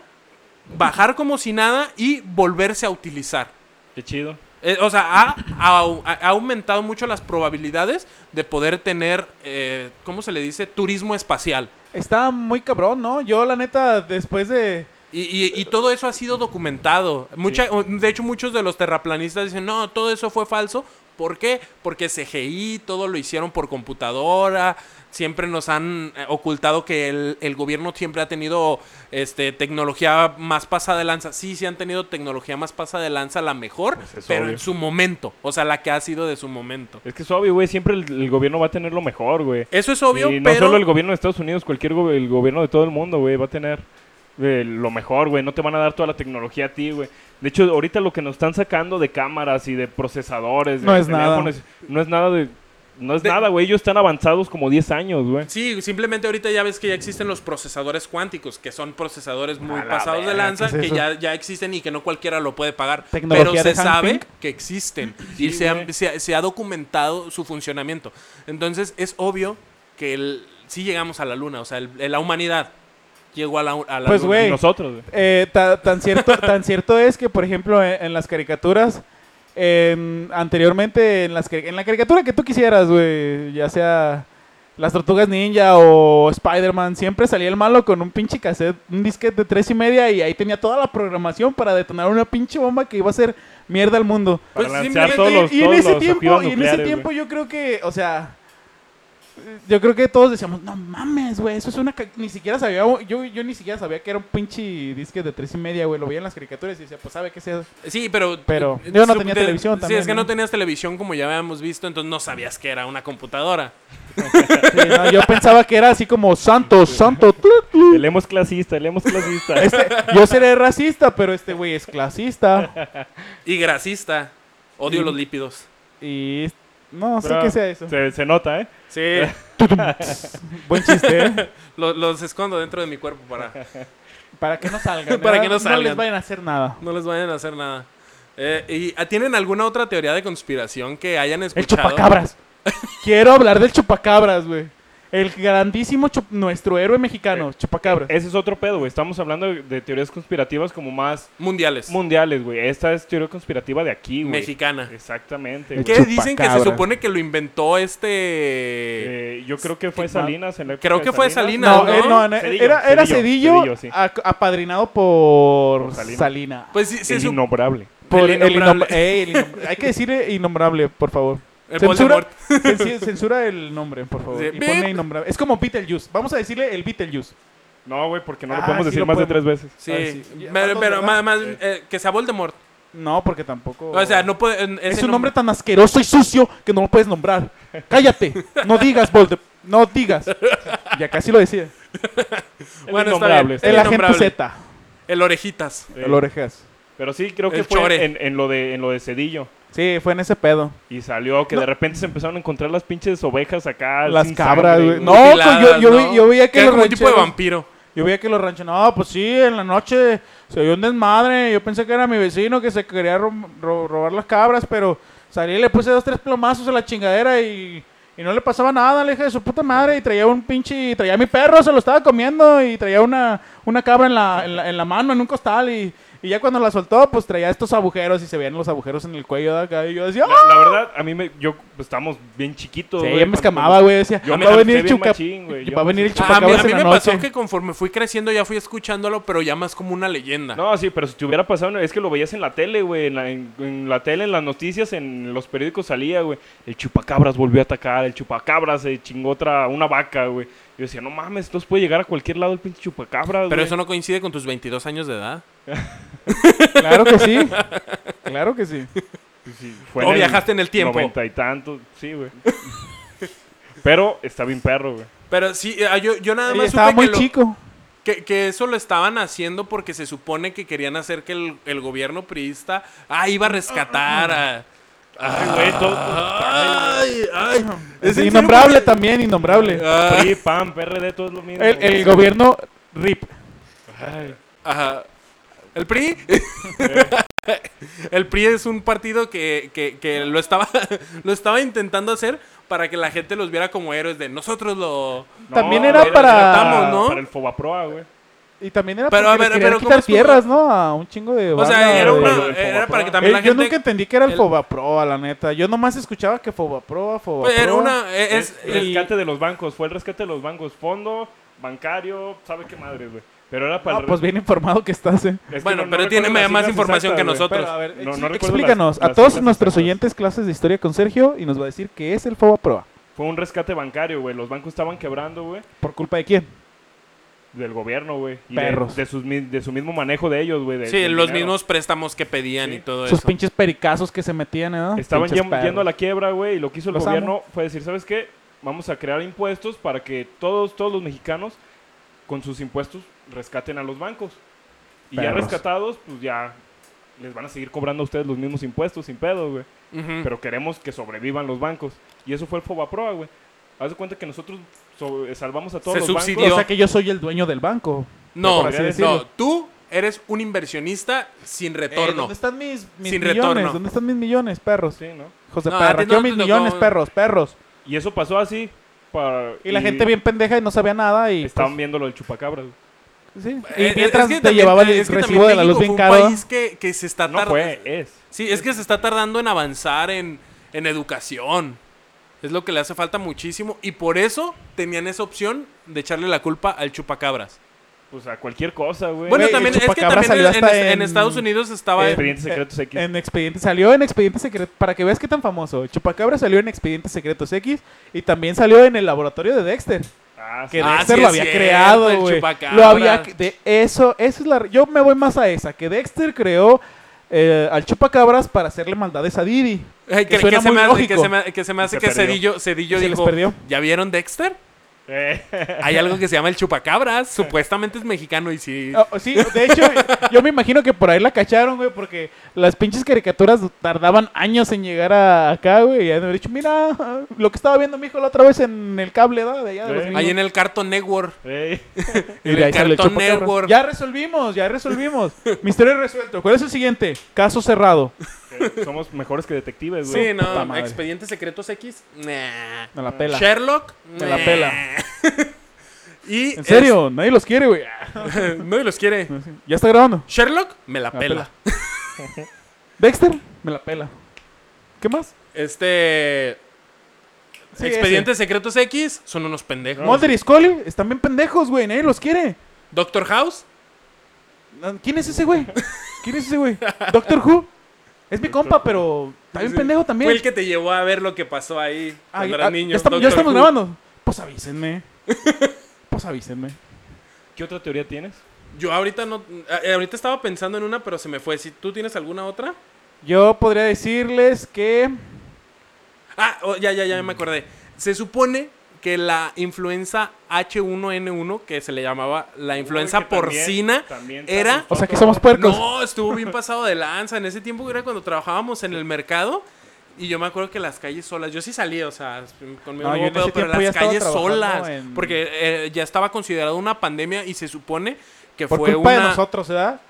bajar como si nada y volverse a utilizar. Qué chido. Eh, o sea, ha, ha au- ha aumentado mucho las probabilidades de poder tener, eh, ¿cómo se le dice? Turismo espacial. Está muy cabrón, ¿no? Yo, la neta, después de. Y, y- y todo eso ha sido documentado. Mucha, o- De hecho, muchos de los terraplanistas dicen, no, todo eso fue falso. ¿Por qué? Porque CGI, todo lo hicieron por computadora. Siempre nos han eh, ocultado que el, el gobierno siempre ha tenido este, tecnología más pasada de lanza. Sí, sí han tenido tecnología más pasada de lanza, la mejor, Pues es pero obvio. en su momento. O sea, la que ha sido de su momento. Es que es obvio, güey. Siempre el, el gobierno va a tener lo mejor, güey. Eso es obvio, y no pero... solo el gobierno de Estados Unidos, cualquier go- el gobierno de todo el mundo, güey, va a tener eh, lo mejor, güey. No te van a dar toda la tecnología a ti, güey. De hecho, ahorita lo que nos están sacando de cámaras y de procesadores, No de es nada. teléfonos, no es nada de... No es De- nada, güey. Ellos están avanzados como 10 años, güey. Sí, simplemente ahorita ya ves que ya existen los procesadores cuánticos, que son procesadores muy A la pasados de verga, lanza, ¿qué es que eso? ya, ya existen y que no cualquiera lo puede pagar. Pero Tecnología se de Hank sabe Pink. que existen y Sí, se, han- güey. se ha- se ha documentado su funcionamiento. Entonces es obvio que el, sí llegamos a la luna, o sea, el- la humanidad llegó a la, a la Pues, luna. güey, Y Nosotros, güey. eh, ta- tan, cierto, tan cierto es que, por ejemplo, en, en las caricaturas. em, anteriormente, en, las, cari- en la caricatura que tú quisieras, güey. Ya sea. Las tortugas ninja o Spider-Man, siempre salía el malo con un pinche cassette, un disquete de tres y media, y ahí tenía toda la programación para detonar una pinche bomba que iba a hacer mierda al mundo. Pues, Para lanzar simplemente- todos los, y en todos ese los tiempo, ojivas y en ese nucleares, tiempo güey. yo creo que, o sea, yo creo que todos decíamos, no mames, güey, eso es una... ca- Ni siquiera sabía, yo, yo ni siquiera sabía que era un pinche disque de tres y media, güey, lo veía en las caricaturas y decía, pues sabe que sea... Sí, pero... eh, Pero yo no sup- tenía te- televisión Sí, también, es que ¿no? no tenías televisión como ya habíamos visto, entonces no sabías que era una computadora. Sí, *laughs* no, yo pensaba que era así como, santo, santo, tlu, tlu". Leemos clasista, *laughs* leemos clasista. Este, yo seré racista, pero este güey es clasista Y grasista. Odio los lípidos. y... No sé Pero qué sea *laughs* eso. Se, se nota, ¿eh? *laughs* Sí. Tutum, tss. Buen chiste, ¿eh? Los, los escondo dentro de mi cuerpo para Para que no *laughs* salgan. Para ¿verdad? que no No les salgan. vayan a hacer nada. no les vayan a hacer nada. Eh, ¿Y ah, tienen alguna otra teoría de conspiración que hayan El escuchado? chupacabras. *laughs* Quiero hablar del chupacabras, güey. El grandísimo chup- nuestro héroe Eh, mexicano, chupacabras. Ese es otro pedo, güey. Estamos hablando de- de teorías conspirativas como más Mundiales. mundiales, güey. Esta es teoría conspirativa de aquí, güey. Mexicana. Exactamente, El güey. ¿Qué chupacabra. dicen que se supone que lo inventó este... Eh, yo creo que fue Stigma- Salinas en la época Creo de que fue Salinas, No, no, eh, no, no, Cedillo, era, era Cedillo, Cedillo, sí. ac- apadrinado por Por Salinas. Salina. Pues sí, se el su- innombrable. Por el el innombrable. innom- eh, el innom- Hay que decir eh, innombrable, por favor. el Censura, Ah, Voldemort. cenci- censura el nombre, por favor. Sí. Y ponle Beep. innombrable. Es como Beetlejuice. Vamos a decirle el Beetlejuice. No, güey, porque no Ah, lo podemos sí decir lo más de podemos. tres veces. Sí, Ah, sí. pero, pero ¿Verdad? más, más, eh, que sea Voldemort. No, porque tampoco. O sea, no puede... en- Oh. Es ese un nombre nombre- tan asqueroso y sucio que no lo puedes nombrar. Cállate. No digas, Voldemort. No digas. Ya casi lo decía. El Bueno, está innombrable. bien. está El Sí, agente nombrable. Z. El orejitas. Sí. El orejas. Eh, Pero sí, creo que El fue chore. en, en lo de, en lo de Cedillo. Sí, fue en ese pedo. Y salió que de repente se empezaron a encontrar las pinches ovejas acá. Las sin cabras, sangre, güey. No, pues, yo- yo vi- yo veía que era los como un tipo de rancheros- vampiro. Yo veía que los ranchos, no, pues sí, en la noche se oyó un desmadre. Yo pensé que era mi vecino que se quería ro- ro- robar las cabras, pero salí y le puse dos, tres plomazos a la chingadera y, y no le pasaba nada, le dije de su puta madre. Y traía un pinche, traía a mi perro, se lo estaba comiendo y traía una, una cabra en la, en, la, en la mano, en un costal. Y, y ya cuando la soltó, pues traía estos agujeros y se veían los agujeros en el cuello de acá. Y yo decía, ¡ah! La, la verdad, a mí me, yo pues, estamos bien chiquitos. Sí, ya me güey, cuando- escamaba, güey. pues, Decía, "Ah, Yo me va a asusté venir bien chuca. machín, güey, yo Va a me venir el Ah, a mí, a chupacabras mí en la me pasó noche. que conforme fui creciendo ya fui escuchándolo, pero ya más como una leyenda. No, sí, pero si te hubiera pasado, es que lo veías en la tele, güey. En la, en- en la tele, en las noticias, en los periódicos salía, güey. El chupacabras volvió a atacar, el chupacabras se chingó otra, una vaca, güey. Yo decía, no mames, entonces puede llegar a cualquier lado el pinche chupacabras, pero güey. eso no coincide con tus 22 años de edad. *laughs* Claro que sí. Claro que sí. Sí, o en el viajaste en el tiempo. Noventa y tantos, sí, güey. *laughs* pero está bien perro, güey. Pero sí, eh, yo, yo nada Y más estaba supe muy que, lo- chico. que- que eso lo estaban haciendo porque se supone que querían hacer que el, el gobierno priista ah, iba a rescatar a... Ah. Ay, güey, todo- Ay, ay. ¿Es Sí, en Ah. innombrable serio? también, innombrable. Ah, PRI, PAN, PRD, todo es lo mismo. El, güey. el gobierno RIP. Ay, ajá. ¿El PRI? *laughs* el PRI es un partido que, que- que lo, estaba, *laughs* lo estaba intentando hacer para que la gente los viera como héroes de nosotros lo... no, También era güey, para- Tratamos, ¿no? Para el Fobaproa, güey. Y también era Pero, porque a ver, les querían pero, ¿cómo quitar estuvo? tierras, ¿no? A un chingo de O sea, banda era, de- una, güey, era el para que Fobaproa. también Eh, la yo gente... nunca entendí que era el, el- Fobaproa, la neta. Yo nomás escuchaba que Fobaproa, Fobaproa. pues, Era una... Es, el el- rescate de los bancos, fue el rescate de los bancos, fondo, bancario, sabe qué madre, güey. Pero era para Ah, pues bien informado que estás, eh. es que Bueno, pero recuerdo tiene las más cifras información que güey. nosotros. Pero, a ver, No, no ex- recuerdo explícanos las- a las todos cifras nuestros exactas. oyentes clases de historia con Sergio y nos va a decir qué es el Fobaproa. Fue un rescate bancario, güey. Los bancos estaban quebrando, güey, ¿Por culpa de quién? del gobierno, güey. y de- Perros. De, sus, mi- de su mismo manejo de ellos, güey. de- Sí, del los dinero. mismos préstamos que pedían Sí. y todo Sus eso. pinches pericazos que se metían, ¿no? Estaban Ah, Pinches yem- perros. yendo a la quiebra, güey, y lo que hizo el Los gobierno fue decir, ¿sabes qué? Vamos a crear impuestos para que todos, todos los mexicanos con sus impuestos rescaten a los bancos. Y ya Perros. rescatados, pues ya les van a seguir cobrando a ustedes los mismos impuestos sin pedo, güey. Ujú. Pero queremos que sobrevivan los bancos. Y eso fue el Fobaproa, güey. Haz de cuenta que nosotros so- eh, salvamos a todos Se los subsidió. O bancos. sea que yo soy el dueño del banco. No, Por así no, decirlo. tú eres un inversionista sin Eh, retorno. ¿Dónde están mis, mis Sin millones? retorno. ¿Dónde están mis millones, perros? Sí, ¿no? José No, a Perra, ti no quiero te mis tocó. millones, perros, perros. Y eso pasó así. Para, Y la gente bien pues. pendeja y no sabía nada y... Estaban viendo lo del chupacabra. güey. pues, sí. Eh, Y eh, mientras es que te también- llevaba el es que recibo de también la luz bien México caro. fue un ¿ah? país que, que se está No tar- fue, es. Sí, es que se está tardando en avanzar en, en educación. Es lo que le hace falta muchísimo. Y por eso tenían esa opción de echarle la culpa al chupacabras. Pues a cualquier cosa, güey. Bueno, el también es que chupacabras también en, salió hasta en- en en- eh, Estados Unidos estaba. Expedientes secretos X. En Expediente, salió en Expediente Secreto, para que veas qué tan famoso. Chupacabra salió en Expedientes Secretos X y también salió en el laboratorio de Dexter. Ah, sí. Que Ah, Dexter sí lo es había cierto, creado, el güey. chupacabra. Lo había de eso, eso es la yo me voy más a esa, que Dexter creó eh, al chupacabras para hacerle maldades a Didi. Ay, eh, que, que suena que se muy me hace, que lógico. se me- que se me hace Se que perdió. Cedillo, Cedillo Se les dijo: perdió. ¿Ya vieron Dexter? *laughs* Eh, Hay algo que se llama el *laughs* chupacabras. Supuestamente es mexicano y sí. Ah, sí, de hecho, yo me imagino que por ahí la cacharon, güey, porque las pinches caricaturas tardaban años en llegar a acá, güey. Y han de haber dicho, mira, lo que estaba viendo mi hijo la otra vez en el cable, ¿no? De allá de los Sí. gringos". Ahí en el Cartoon Network. eh. Y en de el ahí sale Cartoon chupacabras. Network. Ya resolvimos, *laughs* ya resolvimos. Misterio resuelto. ¿Cuál es el siguiente? Caso cerrado. Eh, Somos mejores que detectives, güey. Sí, puta no. madre. Expedientes Secretos X. Nah. Me la pela. Sherlock. Me la nah. *laughs* pela. y ¿En serio? Nadie los quiere, güey. es- *laughs* nadie los quiere. Ya está grabando. Sherlock. Me la Me la pela. Dexter, me la pela. ¿Qué más? Este. Sí, Expedientes Secretos X. Son unos pendejos. Mulder y Scully están bien pendejos, güey. Nadie los quiere. Doctor House. ¿Quién es ese güey? ¿Quién es ese güey? ¿Doctor Who? Es mi compa, pero está bien Sí. pendejo Fue el también. que te llevó a ver lo que pasó ahí. Ah, cuando ya- eras ah, niño. ya estamos, ya Doctor estamos Who. grabando. Pues *laughs* avísenme. Pues avísenme. ¿Qué otra teoría tienes? Yo ahorita no. eh, Ahorita estaba pensando en una, pero se me fue. Si tú tienes alguna otra. Yo podría decirles que... Ah, oh, ya, ya, ya me acordé. Se supone que la influenza H1N1, que se le llamaba la influenza Uy, que también- porcina, también era... O sea que somos puercos. No, estuvo bien pasado de lanza. En ese tiempo era cuando trabajábamos en el mercado. Y yo me acuerdo que las calles solas, yo sí salía, o sea, conmigo No, yo no, en pedo, ese pero tiempo ya las estaba calles trabajando solas. en- Porque eh, ya estaba considerado una pandemia y se supone que Por fue culpa de una. nosotros, ¿verdad?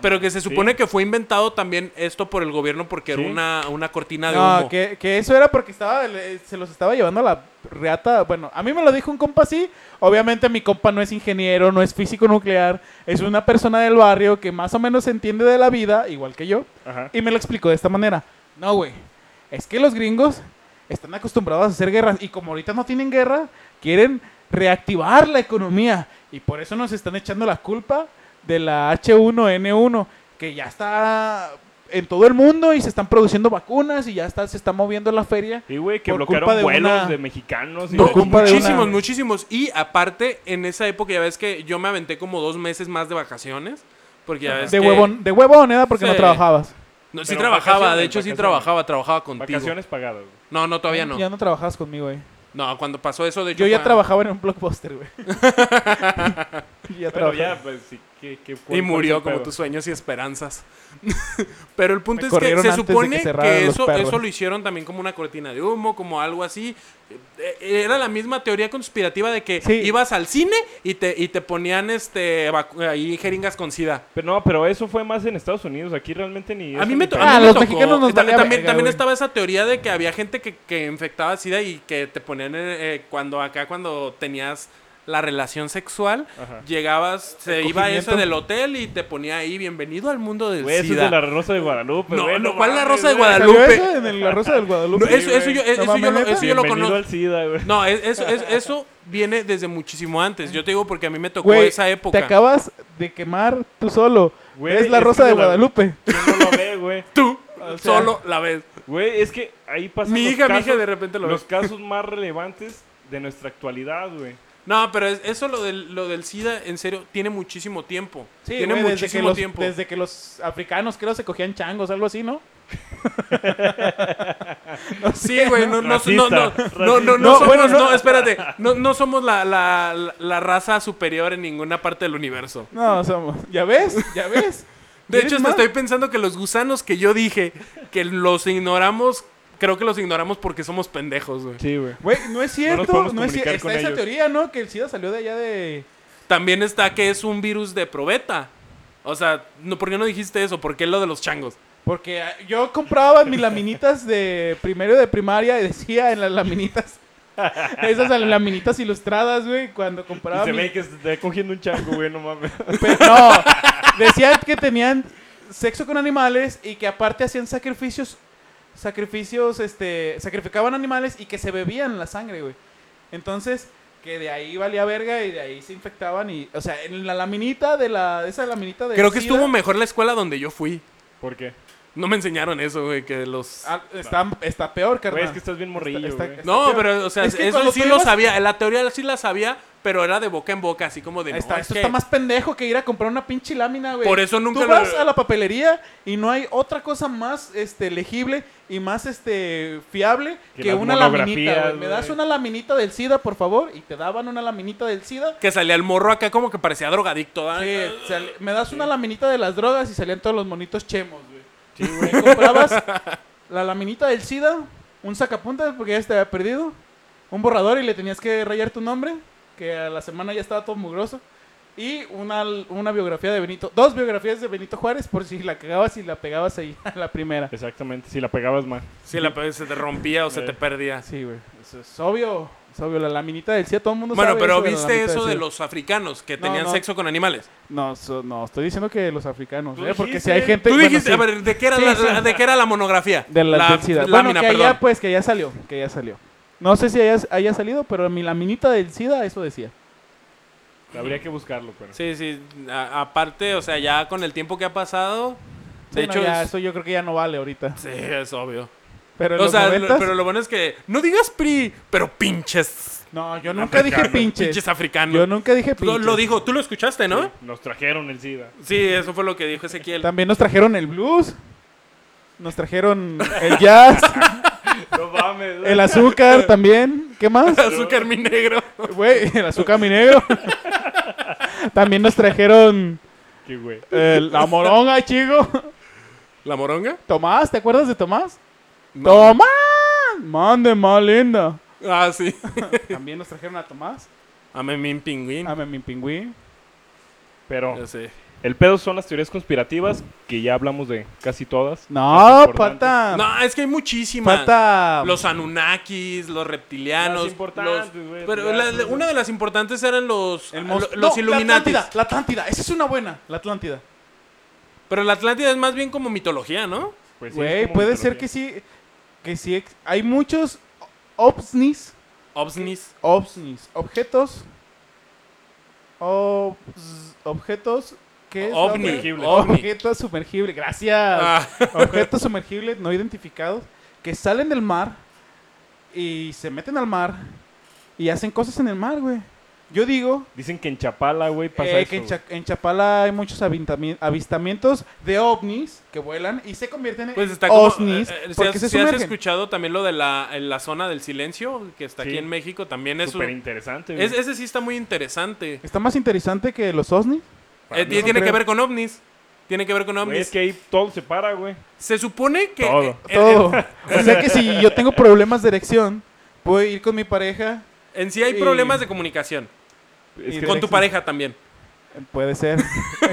Pero que se supone que fue inventado también esto por el gobierno porque Sí. era una, una cortina de No, humo. que, que eso era porque estaba, le- se los estaba llevando a la reata. Bueno, a mí me lo dijo un compa así. Obviamente mi compa no es ingeniero, no es físico nuclear. Es una persona del barrio que más o menos entiende de la vida, igual que yo. Ajá. Y me lo explicó de esta manera. No, güey. Es que los gringos están acostumbrados a hacer guerras. Y como ahorita no tienen guerra, quieren reactivar la economía. Y por eso nos están echando la culpa de la H1N1, que ya está en todo el mundo y se están produciendo vacunas y ya está, se está moviendo la feria. Sí, güey, que Por bloquearon culpa de vuelos una- de mexicanos. y Por de- culpa de muchísimos, una- muchísimos. Y aparte, en esa época ya ves que yo me aventé como dos meses más de vacaciones. Porque ya ves de, que... huevón, de huevón, ¿eh? Porque no Sí. trabajabas. No, sí Pero trabajaba, de vacaciones, hecho sí vacaciones. trabajaba, trabajaba contigo. Vacaciones pagadas. güey. No, no, todavía no. Ah, Ya no trabajabas conmigo, güey. No, cuando pasó eso, de hecho. Yo ya fue- trabajaba en un *laughs* blockbuster, güey. *laughs* ya Pero trabajaba. ya, pues sí. ¿qué, qué- cuál- Y cuál murió fue el como pedo? tus sueños y esperanzas. *laughs* Pero el punto Me es que corrieron se antes de que supone que, cerraran los eso, perros. eso lo hicieron también como una cortina de humo, como algo así. Eh, Era la misma teoría conspirativa de que Sí. ibas al cine y te, y te ponían este vacu- ahí jeringas con sida. Pero no, pero eso fue más en Estados Unidos. Aquí realmente ni. A eso mí ni me, to- pedo. a Ah, mí me los tocó. mexicanos nos Ta- valía también verga, también güey. estaba esa teoría de que había gente que, que infectaba SIDA y que te ponían eh, eh, cuando acá, cuando tenías la relación sexual, Ajá. llegabas, se El iba eso cogimiento. del hotel y te ponía ahí, bienvenido al mundo del Güey, eso es SIDA. de la Rosa de Guadalupe. No, güey, no, ¿cuál es la mames, Rosa de güey. Guadalupe? ¿Salió eso en el- la Rosa del Guadalupe? No, eso, eso yo, e, güey. eso No yo, lo- mames, eso yo lo Bienvenido conozco. al SIDA, güey. No, es- eso, es- eso viene desde muchísimo antes. Yo te digo porque a mí me tocó Güey, esa época. Te acabas de quemar tú solo. Güey, es la es rosa que de la- Guadalupe. ¿Quién no lo ve, güey? Tú O sea- solo la ves. Güey, es que ahí pasan Mi los hija, mi casos- hija de repente lo ve. Los casos más relevantes de nuestra actualidad, güey. No, pero es- eso lo del, lo del SIDA, en serio, tiene muchísimo tiempo. tiene güey, desde que muchísimo los, tiempo. Desde que los africanos creo se cogían changos, algo así, ¿no? Sí, güey, no, no, Racista, no, no, no, no, no, No, somos, bueno, no. no, espérate, no, no somos la, la- la- la raza superior en ninguna parte del universo. No, somos. ¿Ya ves? ¿Ya ves? *laughs* De hecho, hasta ¿Quieres estoy pensando que los gusanos que yo dije, que los ignoramos, creo que los ignoramos porque somos pendejos, güey. Sí, güey. más? Güey, *laughs* no es cierto. No, podemos es cierto. comunicar Está con esa ellos. teoría, ¿no? Que el SIDA salió de allá de. También está que es un virus de probeta. O sea, no, ¿por qué no dijiste eso? ¿Por qué lo de los changos? Porque ah, yo compraba mis laminitas de primero de primaria y decía en las laminitas. *laughs* Esas laminitas ilustradas, güey, cuando compraba Y se mi- ve que se está cogiendo un chango, güey, no mames. Pero no, *laughs* decían que tenían sexo con animales y que aparte hacían sacrificios, sacrificios, este, sacrificaban animales y que se bebían la sangre, güey. Entonces, que de ahí valía verga y de ahí se infectaban y, o sea, en la laminita de la, esa laminita de... Creo que sida, estuvo mejor la escuela donde yo fui. ¿Por qué? No me enseñaron eso, güey, que los... ah, está, está peor, carnal. Güey, es que estás bien morrillo, Está- güey. está- No, peor. pero, o sea, Es que eso cuando sí tú lo ibas- sabía. La teoría sí la sabía, pero era de boca en boca, así como de. no, Está- es esto que está más pendejo que ir a comprar una pinche lámina, güey. Por eso nunca Tú lo- vas a la papelería y no hay otra cosa más este legible y más este fiable Que que, las una laminita, monografías, güey. Me das güey. una laminita del SIDA, por favor, y te daban una laminita del SIDA. Que salía el morro acá como que parecía drogadicto. ¿ah? Sí, sal- me das una laminita de las drogas y salían todos los monitos chemos, güey. Sí, Me *laughs* comprabas la laminita del SIDA, un sacapuntas porque ya se te había perdido, un borrador y le tenías que rayar tu nombre, que a la semana ya estaba todo mugroso, y una, una biografía de Benito, dos biografías de Benito Juárez por si la cagabas y la pegabas ahí a la primera. Exactamente, si la pegabas mal. Si la pe- se te rompía o se te perdía. Sí, güey, eso es obvio, es obvio, la laminita del SIDA, todo el mundo Bueno, sabe pero eso de la viste laminita eso del de SIDA. los africanos que No, tenían no. sexo con animales. No, so- no, estoy diciendo que los africanos, Tú ¿eh? porque si dijiste- hay gente... Tú bueno, dijiste, sí, a ver, ¿de qué era, Sí, la, sí. la- ¿de qué era la monografía? De la, densidad. Bueno, lámina, que perdón. allá, pues, que allá salió, que ya salió. No sé si haya, haya salido, pero mi laminita del SIDA, eso decía. Habría que buscarlo, pero. Sí, sí. a- aparte, o sea, ya con el tiempo que ha pasado. De Bueno, hecho, ya, es- eso yo creo que ya no vale ahorita. sí, es obvio. Pero en O los sea, lo- 90s, pero lo bueno es que. No digas PRI, pero pinches. No, yo nunca dije Africano, pinches. Pinches africanos. Yo nunca dije Lo, pinches. lo dijo, tú lo escuchaste, ¿no? Nos trajeron el *laughs* SIDA. Sí, eso fue lo que dijo Ezequiel. También nos trajeron el blues. Nos trajeron el jazz, *laughs* No mames. güey. el azúcar también. ¿Qué *laughs* más? Azúcar mi negro. Güey, el azúcar mi negro. También nos trajeron Qué güey. eh, la moronga, chico. ¿La moronga? Tomás, ¿te acuerdas de Tomás? No. ¡Tomás! Mande más linda. Ah, sí. *laughs* También nos trajeron a Tomás. A Memín Ah, Pingüín. A mi pingüín. Pero Ya sé. el pedo son las teorías conspirativas, que ya hablamos de casi todas. Las No, importantes. Ah, falta. No, es que hay muchísimas. falta. Los Anunnakis, los reptilianos. Las importantes, los- güey, Pero pues, la- ya, pues, una de las importantes eran los, el lo- monstruo- los No, Illuminatis. La Atlántida, la Atlántida. Esa es una buena. La Atlántida. Pero la Atlántida es más bien como mitología, ¿no? Pues sí, es Güey, como puede ser que mitología. sí. Que sí. ex- Hay muchos ovnis. Obsnis. Ovnis. Objetos. obs- objetos. ¿Qué es? la Ovni, otra? Sumergible. ovni. Objetos sumergibles. Gracias. Ah, *laughs* objetos sumergibles no identificados que salen del mar y se meten al mar y hacen cosas en el mar, güey. Yo digo Dicen que en Chapala, güey, pasa eh, eso, que en, güey. Cha- en Chapala hay muchos avintami- avistamientos de ovnis que vuelan y se convierten *laughs* pues en está como. ovnis eh, eh, si porque has, se si has sumergen. escuchado también lo de la, en la zona del silencio, que está aquí Sí. en México, también es, Súper un- interesante, güey. es- Ese sí está muy interesante. Está más interesante que los ovnis. Eh, mí tiene no tiene que creo. ver con ovnis. Tiene que ver con Güey, ovnis. es que ahí todo se para, güey. Se supone que. Todo. eh, eh, Todo. o sea que si yo tengo problemas de erección, puedo ir con mi pareja. En sí hay Sí. problemas de comunicación. Es Y que Con tu Dirección. pareja también. Eh, Puede ser.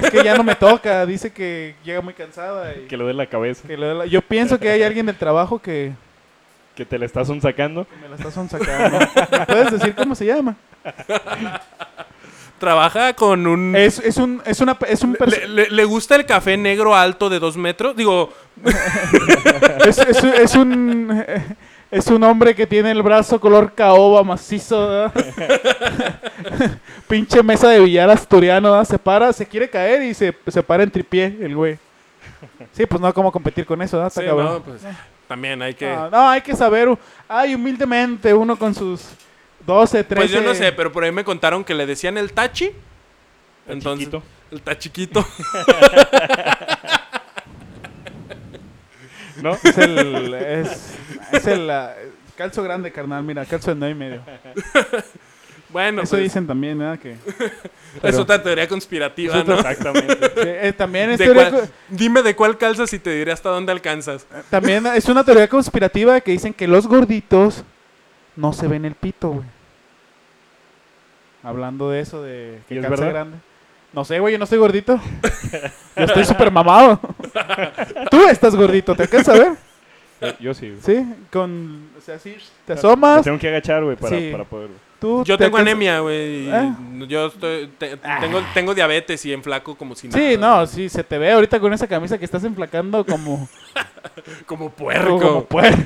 es que ya no me toca. Dice que llega muy cansada. Y... que le dé la cabeza. Que le da la- Yo pienso que hay alguien del trabajo que Que te la estás sacando. me la está sonsacando. ¿Me puedes decir cómo se llama? Trabaja con un. Es, es un, es una, es un, perso- le, le- le gusta el café negro alto de dos metros? Digo, es, es, un- es un, es un hombre que tiene el brazo color caoba macizo, ¿verdad? *laughs* Pinche mesa de billar asturiano, ¿verdad? Se para, se quiere caer y se, se para en tripié el güey. Sí, pues no, ¿cómo competir con eso, ¿verdad? Está sí, cabrón. no, pues, también hay que... Ah, no, hay que saber, ay, humildemente, uno con sus 12, 13... pues yo no sé, pero por ahí me contaron que le decían el tachi. Entonces, Chiquito. el *laughs* tachiquito. *laughs* ¿No? Es el. Es, es el. ah, calzo grande, carnal. Mira, calzo de 9 y medio. Bueno, Eso pues, dicen también, ¿verdad? Que. es pero- otra teoría conspirativa, Ah, ¿no? Exactamente. que, eh, también, es De teoría cuál- co- dime de cuál calzas y te diré hasta dónde alcanzas. también es una teoría conspirativa que dicen que los gorditos no se ven el pito, güey. Hablando de eso, de que ¿Y es calza verdad? grande. No sé, güey, yo no estoy gordito. Yo estoy súper *laughs* mamado. Tú estás gordito, ¿te alcanzas a ver? Eh, Yo sí, güey. Sí, con. O sea, sí, te Me asomas. tengo que agachar, güey, para, Sí. para poder. Tú Yo te tengo alcanzas- anemia, güey. y Ah. Yo estoy, te- tengo, tengo diabetes y enflaco como si Sí, nada. no, sí, se te ve ahorita con esa camisa que estás enflacando como, Como como, puerco. como *laughs* puer-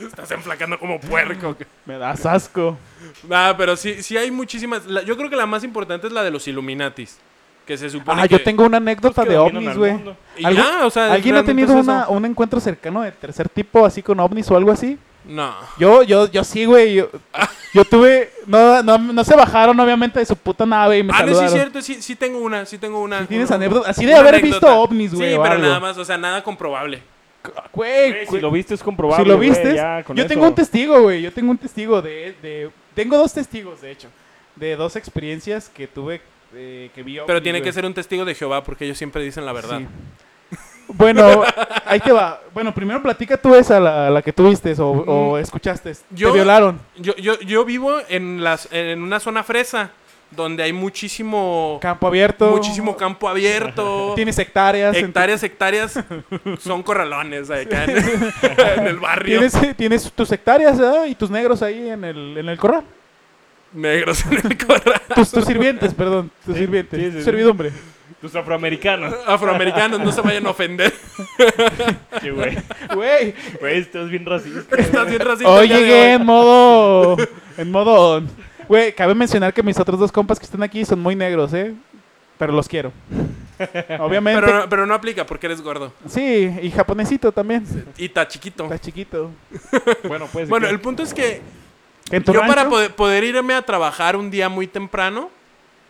Estás enflacando como puerco. Me das asco. *laughs* Ah, pero sí, sí hay muchísimas. La- yo creo que la más importante es la de los Illuminatis. Que se supone Ah, que... yo tengo una anécdota que de dominan ovnis, al güey. mundo. Y ¿Algún- ya, o sea, ¿Alguien ha realmente tenido es eso. una- un encuentro cercano de tercer tipo así con ovnis o algo así? No. Yo, yo, yo sí, *laughs* güey. Yo, yo tuve... No, no, no se bajaron, obviamente, de su puta nave y me Ah, no, sí es saludaron. cierto, sí, sí tengo una, sí tengo una. ¿Tienes una- anécdotas? Así de una haber anécdota. visto ovnis, güey, Sí, o pero algo. nada más, o sea, nada comprobable. Güey, Güey, si güey, lo viste es comprobable. Si lo güey, viste, ya, con yo eso. tengo un testigo, güey. Yo tengo un testigo de, de- Tengo dos testigos, de hecho. De dos experiencias que tuve. eh, que vi Pero ovnis, tiene que güey. ser un testigo de Jehová porque ellos siempre dicen la verdad. Sí. *laughs* Bueno, ahí te va. Bueno, primero platica tú esa, la, la que tuviste o, o escuchaste. Yo- Te violaron. Yo, yo, yo vivo en, las, en una zona fresa donde hay muchísimo, Campo abierto. muchísimo campo abierto. Tienes hectáreas. en tu- Hectáreas, hectáreas son corralones acá en, *laughs* en el barrio. Tienes, *laughs* tienes tus hectáreas ¿verdad? y tus negros ahí en el, en el corral. Negros en el corral. Tus, tus sirvientes, perdón. Tus sirvientes. sí, sí, sí. Servidumbre. Tus afroamericanos. *laughs* Afroamericanos, no se vayan a *laughs* ofender. Sí, güey. Güey, Güey, esto es bien racista. Estás bien racista. Hoy el día de llegué en modo. En modo. on. Güey, cabe mencionar que mis otros dos compas que están aquí son muy negros, ¿eh? Pero los quiero. Obviamente. Pero, no- pero no aplica porque eres gordo. Sí, y japonesito también. Y está chiquito. Está chiquito. Bueno, pues. Bueno, ¿qué? el punto es que ¿En tu yo rancho? para poder, poder irme a trabajar un día muy temprano,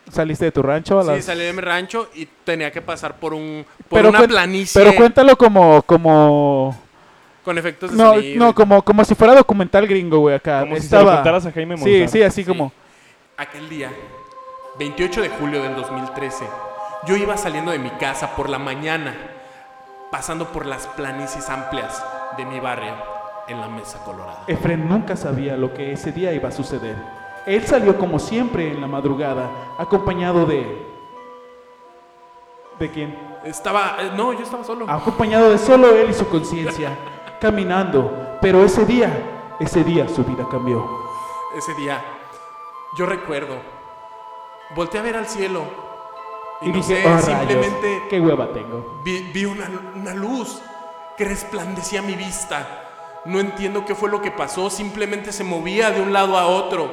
Saliste de tu rancho a las... sí, salí de mi rancho y tenía que pasar por un por Pero una cuen- planicie. Pero cuéntalo como. como. Con efectos de No, sonido. no, como, como si fuera documental gringo, güey, acá. Como si se lo Estaba... contaras a Jaime sí, Maussan. sí, así Sí. como. Aquel día, 28 de julio del 2013, yo iba saliendo de mi casa por la mañana, pasando por las planicies amplias de mi barrio en la Mesa Colorada. Efren nunca sabía lo que ese día iba a suceder. Él salió como siempre en la madrugada, acompañado de... ¿De quién? Estaba, eh, no, yo estaba solo. Ah. Acompañado de solo él y su conciencia, caminando. Pero ese día, ese día su vida cambió. Ese día, yo recuerdo, volteé a ver al cielo y, Y no dije, sé, "Oh, simplemente rayos, qué hueva tengo. Vi, vi una, una luz que resplandecía a mi vista. No entiendo qué fue lo que pasó, simplemente se movía de un lado a otro.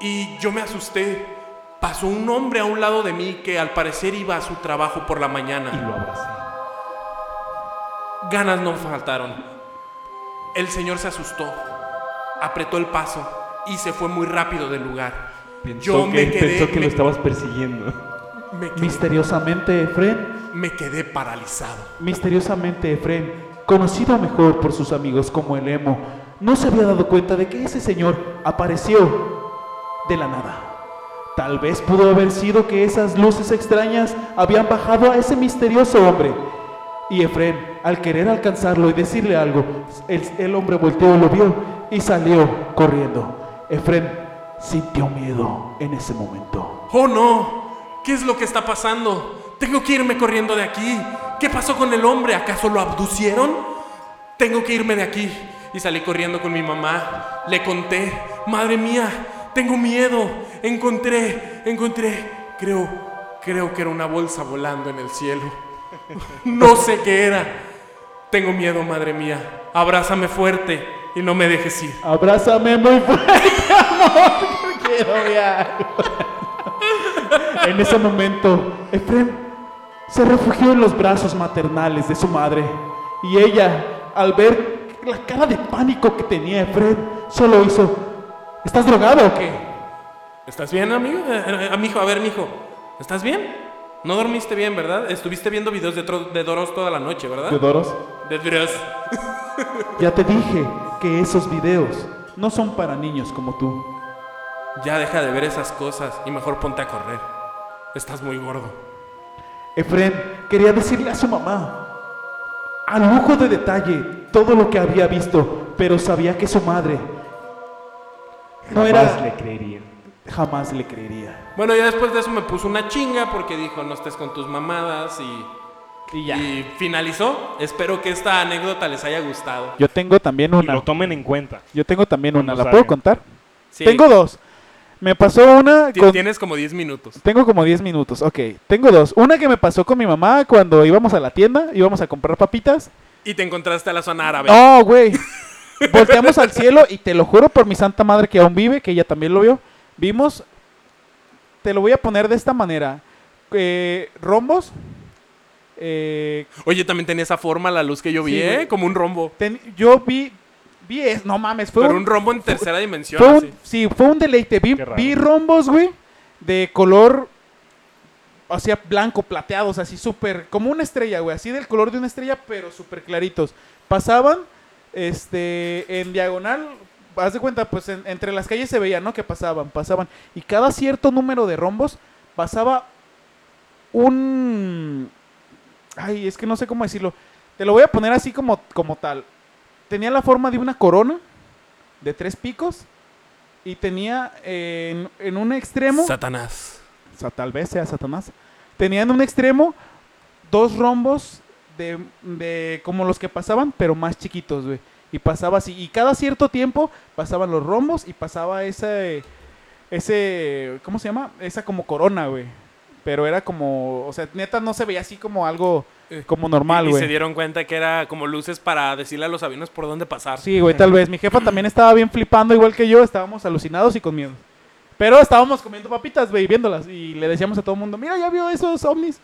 Y yo me asusté. Pasó un hombre a un lado de mí que al parecer iba a su trabajo por la Y mañana. lo abracé. Ganas no faltaron. El señor se asustó, apretó el paso y se fue muy rápido del lugar. yo me quedé, pensó que me- lo estabas persiguiendo. me que- Misteriosamente, Efren, me quedé paralizado. misteriosamente Efren, conocido mejor por sus amigos como el emo, no se había dado cuenta de que ese señor apareció de la nada. Tal vez pudo haber sido que esas luces extrañas habían bajado a ese misterioso hombre. Y Efren, al querer alcanzarlo y decirle algo, el, el hombre volteó, lo vio y salió corriendo. Efren sintió miedo en ese momento. ¡Oh no! ¿Qué es lo que está pasando? Tengo que irme corriendo de aquí. ¿Qué pasó con el hombre? ¿Acaso lo abducieron? Tengo que irme de aquí. Y salí corriendo con mi mamá. Le conté, madre mía, tengo miedo. Encontré, encontré, creo, creo que era una bolsa volando en el cielo. *laughs* No sé qué era. Tengo miedo, madre mía. Abrázame fuerte y no me dejes ir. Abrázame muy fuerte, *laughs* amor. te Quiero mirar. En ese momento, Efren se refugió en los brazos maternales de su madre. Y ella, al ver la cara de pánico que tenía Efren, solo hizo: ¿Estás drogado o qué? ¿Estás bien, amigo? Eh, eh, amigo, a ver, mijo. ¿Estás bien? No dormiste bien, ¿verdad? Estuviste viendo videos de, tro- de Doros toda la noche, ¿verdad? Teodoros, De Doros. ya te dije que esos videos no son para niños como tú. Ya deja de ver esas cosas y mejor ponte a correr. Estás muy gordo. Efren quería decirle a su mamá, a lujo de detalle, todo lo que había visto, pero sabía que su madre no Jamás era, le creería. jamás le creería. Bueno, ya después de eso me puso una chinga porque dijo no estés con tus mamadas y, Y y finalizó. Espero que esta anécdota les haya gustado. Yo tengo también Y lo tomen en cuenta. Yo tengo también Cuando salga. contar? Sí. dos. Me pasó una Ti- Tienes como 10 minutos. Tengo como 10 minutos, ok. Tengo dos. Una que me pasó con mi mamá cuando íbamos a la tienda, íbamos a comprar papitas. Y te encontraste a la zona árabe. No, güey. Volteamos al cielo y te lo juro por mi santa madre que aún vive, que ella también lo vio. Vimos, te lo voy a poner de esta manera. eh, rombos. eh, Oye, también tenía esa forma la luz que yo vi, Sí, ¿eh? güey. Como un rombo. ten- yo vi, vi es, no mames, fue Pero un, un rombo en tercera dimensión. fue un- así. sí, fue un deleite. Vi, Qué raro. vi rombos, güey, de color, o sea, blanco, plateados, así súper, como una estrella, güey, así del color de una estrella, pero súper claritos. Pasaban, este, en diagonal, haz de cuenta, pues en- entre las calles se veía, ¿no? Que pasaban, pasaban. Y cada cierto número de rombos pasaba un... Ay, es que no sé cómo decirlo. Te lo voy a poner así como, como tal. Tenía la forma de una corona de tres picos y tenía eh, en, en un extremo, Satanás. o sea, tal vez sea Satanás, tenía en un extremo dos rombos de, de como los que pasaban, pero más chiquitos, güey. Y pasaba así, y cada cierto tiempo pasaban los rombos y pasaba ese, ese, ¿cómo se llama? Esa como corona, güey. Pero era como, o sea, neta no se veía así como algo Eh, como normal, y se güey. dieron cuenta que era como luces para decirle a los aviones por dónde pasar. Sí, güey, tal vez. Mi jefa también estaba bien flipando igual que yo. Estábamos alucinados y con miedo. Pero estábamos comiendo papitas, güey, viéndolas. Y le decíamos a todo el mundo, mira, ya vio esos ovnis.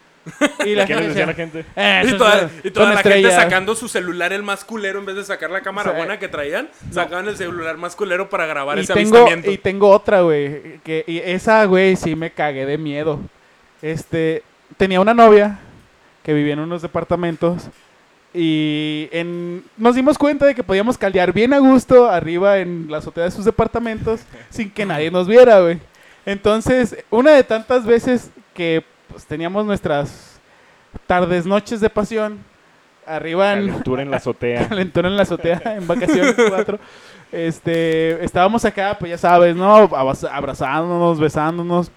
*laughs* Y la ¿Qué gente les decía, decía la gente? "Eh, Y son- toda, y son toda la gente estrellas". sacando su celular, el más culero, en vez de sacar la cámara O sea, buena que traían, sacaban el celular más culero para grabar Y ese tengo, avistamiento. y tengo otra, güey. Que, y esa, güey, sí me cagué de miedo. Este, tenía una novia que vivía en unos departamentos. Y en- nos dimos cuenta de que podíamos caldear bien a gusto arriba en la azotea de sus departamentos sin que nadie nos viera, güey. Entonces, una de tantas veces que pues, teníamos nuestras tardes, noches de pasión arriba en, Calentura en *laughs* la azotea. Calentón en la azotea en *laughs* vacaciones 4. Este, estábamos acá, pues ya sabes, ¿no? Abas- Abrazándonos, besándonos.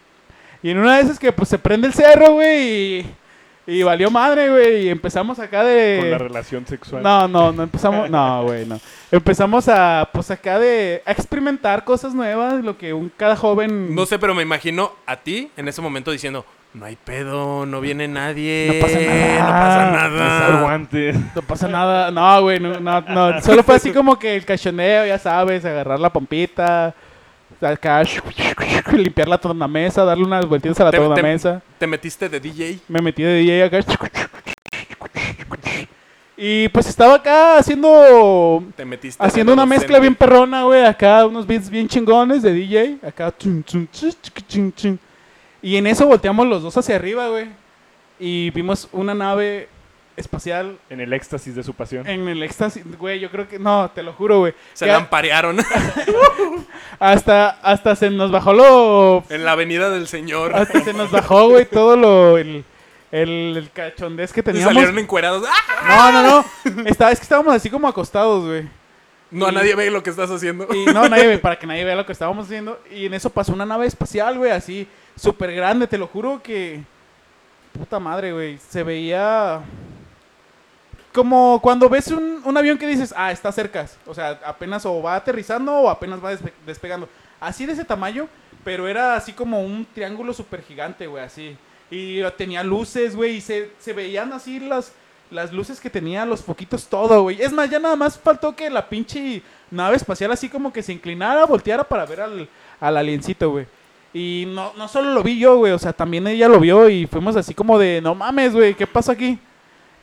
Y en una de esas que pues se prende el cerro, güey, y, y valió madre, güey, y empezamos acá Con la de relación sexual. No, no, no empezamos, no, güey, no. Empezamos a pues acá de a experimentar cosas nuevas, lo que un cada joven No sé, pero me imagino a ti en ese momento diciendo, no hay pedo, no viene nadie. No pasa nada. No pasa Usar nada. guantes. No pasa nada. No, güey, no, no, no. Solo fue así como que el cachoneo, ya sabes, agarrar la pompita, acá, limpiar la tornamesa, darle unas vueltitas a la Te- te- tornamesa. ¿Te metiste de DJ? Me metí de DJ acá. Y pues estaba acá haciendo ¿Te metiste de haciendo una docente? mezcla bien perrona, güey. Acá unos beats bien chingones de DJ. Acá. chun, chun, chun, chun, chun, chun. Y en eso volteamos los dos hacia arriba, güey. Y vimos una nave espacial En el éxtasis de su pasión. en el éxtasis, güey, yo creo que. No, te lo juro, güey. Se que lamparearon hasta, hasta se nos bajó lo. *laughs* en la avenida del señor. Hasta se nos bajó, güey, todo lo. El, el, el cachondez que Y teníamos. salieron encuerados. ¡Ah! No, no, no. Esta, es que estábamos así como acostados, güey. No, Y- nadie ve lo que estás *laughs* haciendo. *laughs* Y no, nadie ve, para que nadie vea lo que estábamos haciendo. Y en eso pasó una nave espacial, güey, así, súper grande, te lo juro que. Puta madre, güey. Se veía. Como cuando ves un, un avión que dices, ah, está cerca. O sea, apenas o va aterrizando o apenas va despe- despegando. Así de ese tamaño, pero era así como un triángulo súper gigante, güey, así. Y tenía luces, güey, y se, se veían así las, las luces que tenía, los foquitos, todo, güey. Es más, ya nada más faltó que la pinche nave espacial así como que se inclinara, volteara para ver al, al aliencito, güey. Y no, no solo lo vi yo, güey, o sea, también ella lo vio y fuimos así como de, no mames, güey, ¿qué pasó aquí?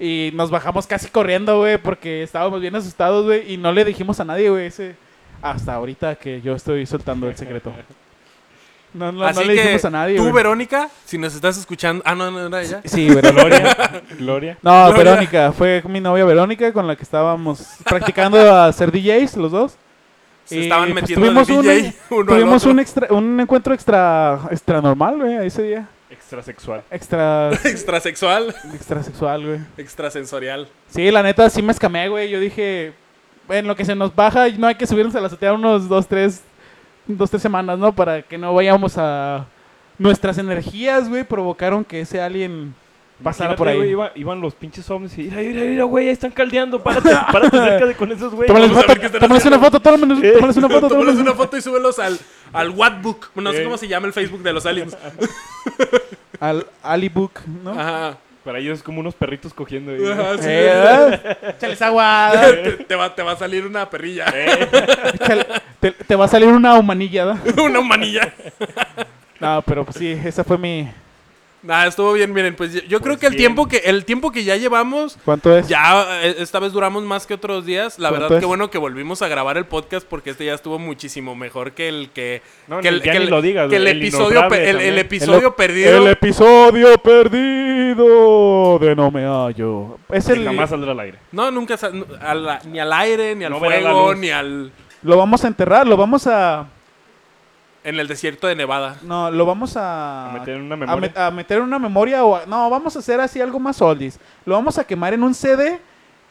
Y nos bajamos casi corriendo, güey, porque estábamos bien asustados, güey, y no le dijimos a nadie, güey, ese... Hasta ahorita que yo estoy soltando el secreto. No, no, no Así le que dijimos a nadie, tú, güey. Verónica, si nos estás escuchando... Ah, no, no, no, ya. Sí, Verónica. *laughs* Gloria. Gloria. No, Gloria. Verónica, fue mi novia Verónica con la que estábamos practicando a ser DJs los dos. Se Y, estaban pues, metiendo al tuvimos un- DJ *laughs* uno al Tuvimos otro. un, extra, un encuentro extra, extra normal, güey, ese día. Extrasexual. *laughs* Extra, Extrasexual, extra sexual, güey. *laughs* extrasensorial. Sí, la neta, sí me escamé, güey. Yo dije, en lo que se nos baja, no hay que subirnos a la azotea unos dos, tres, dos, tres semanas, ¿no? Para que no vayamos a... Nuestras energías, güey, provocaron que ese alien pasara Imagínate, por ahí. güey, iba- iban los pinches ovnis y mira, mira, mira, güey, ahí están caldeando. *laughs* Párate, párate cerca de con esos Tómales güeyes. Vamos a ver foto, qué están tómales una *laughs* foto, tómales tómales una foto, tómales Tómales una una foto y súbelos al, al Wattbook. No sé Eh. cómo se llama el Facebook de los *laughs* aliens. Al Alibook, ¿no? Ajá. Para ellos es como unos perritos cogiendo. ahí, güey. Ajá, sí. eh. *laughs* Eh, ¿verdad? Échales agua. ¿verdad? te, te va, te va a salir una perrilla. Échale- te, te va a salir una humanilla, *laughs* ¿verdad? una humanilla. No, pero pues sí, esa fue mi... Nah, estuvo bien, miren. Pues yo, yo creo Pues que el, bien. tiempo que el tiempo que ya llevamos... ¿Cuánto es? Ya, eh, esta vez duramos más que otros días. La verdad, ¿Cuánto es? que bueno que volvimos a grabar el podcast porque este ya estuvo muchísimo mejor que el que. No, que ni- el, ya que ni el- lo digas, que el el episodio, innombrable pe- el, el también. episodio op- perdido. El episodio perdido de No Me Hallo. Es Y el... jamás saldrá al aire. No, nunca. sa- a la- ni al aire, ni al No verá la fuego, luz. ni al. Lo vamos a enterrar, lo vamos a... En el desierto de Nevada. No, lo vamos a... A meter en una a memoria. met- a meter en una memoria o... a- no, vamos a hacer así algo más oldies. Lo vamos a quemar en un CD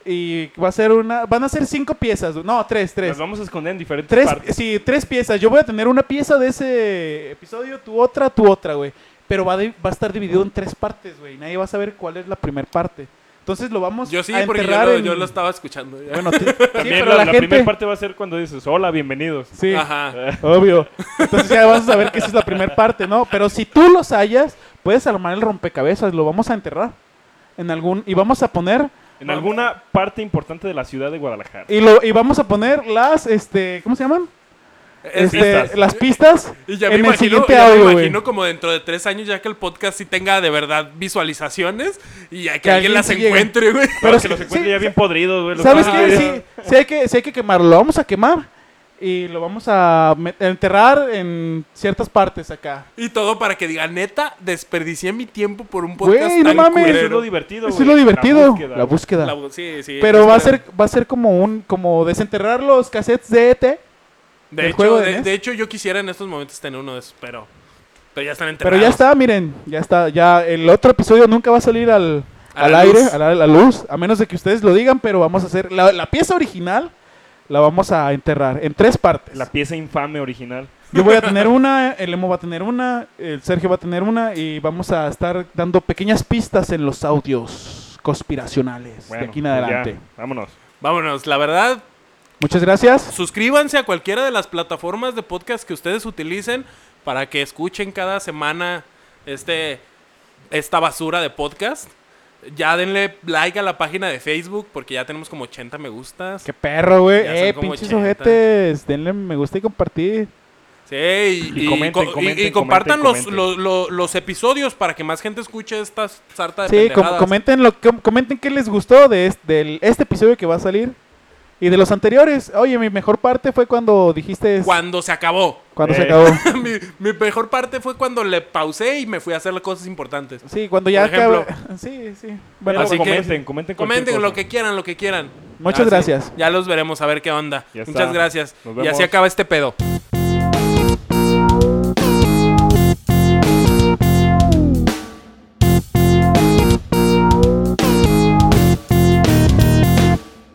y va a ser una... Van a ser cinco piezas. No, tres, tres. Las vamos a esconder en diferentes Tres, partes. sí, tres piezas. Yo voy a tener una pieza de ese episodio, tu otra, tu otra, güey. Pero va, de- va a estar dividido en tres partes, güey. Nadie va a saber cuál es la primera parte. Entonces lo vamos Yo sí, a porque yo enterrar lo, en- yo lo estaba escuchando. ya. Bueno, t- sí, También pero la, la, la gente... primera parte va a ser cuando dices, hola, bienvenidos. Sí, Ajá. obvio. Entonces ya vas a saber que esa es la primera parte, ¿no? Pero si tú los hallas, puedes armar el rompecabezas. Lo vamos a enterrar en algún... Y vamos a poner... En alguna parte importante de la ciudad de Guadalajara. Y, lo, y vamos a poner las, este... ¿Cómo se llaman? Es- Este, *laughs* pistas. Las pistas y ya me, en el imagino, siguiente ya me audio, güey. imagino como dentro de tres años, ya que el podcast sí tenga de verdad visualizaciones y ya que, Que alguien alguien las sí llegue. encuentre, güey. Pero Pero sí- que los encuentre sí, ya bien podridos, güey. los ¿Sabes van a qué? ver. Sí, sí hay que, sí hay que quemarlo. Lo vamos a quemar. y lo vamos a met- enterrar en ciertas partes acá. Y todo para que diga, neta, desperdicié mi tiempo por un Güey, podcast no tan mames. culero". Eso es lo divertido, Eso güey, es lo divertido, La búsqueda. la búsqueda. La bu- sí, sí, Pero es va a la- ser va a ser como un como desenterrar los cassettes de E ET. De el hecho, juego de de, NES. de hecho, yo quisiera en estos momentos tener uno de esos, pero, pero ya están enterrados. Pero ya está, miren, ya está, ya el otro episodio nunca va a salir al, A al la aire, luz. a la, a la luz, a menos de que ustedes lo digan, pero vamos a hacer la, la pieza original la vamos a enterrar en tres partes. La pieza infame original. Yo voy a tener una, el Emo va a tener una, el Sergio va a tener una y vamos a estar dando pequeñas pistas en los audios conspiracionales Bueno, de aquí en pues ya, adelante. vámonos. Vámonos, la verdad, Muchas gracias. suscríbanse a cualquiera de las plataformas de podcast que ustedes utilicen para que escuchen cada semana este esta basura de podcast. Ya denle like a la página de Facebook porque ya tenemos como 80 me gustas. Qué perro, güey. Ya son Eh, como pinches 80. ojetes. Denle me gusta y compartir. Sí, y, y Y comenten, co- y- y comenten, compartan comenten, los, los, los- los episodios para que más gente escuche esta sarta de Sí, com- pendejadas. comenten, lo, com- comenten qué les gustó de este, del, este episodio que va a salir. Y de los anteriores. Oye, mi mejor parte fue cuando dijiste es- Cuando se acabó. *laughs* cuando se Eh. acabó. mi, mi mejor parte fue cuando le pausé y me fui a hacer las cosas importantes. Sí, cuando ya Por ejemplo. acabó. *laughs* Sí, sí. Pero Bueno, Así que- comenten, comenten, cualquier Comenten lo cosa. que quieran, lo que quieran. Muchas sí. gracias. Ya los veremos a ver qué onda. Ya Muchas está. gracias. Nos Y vemos. así acaba este pedo.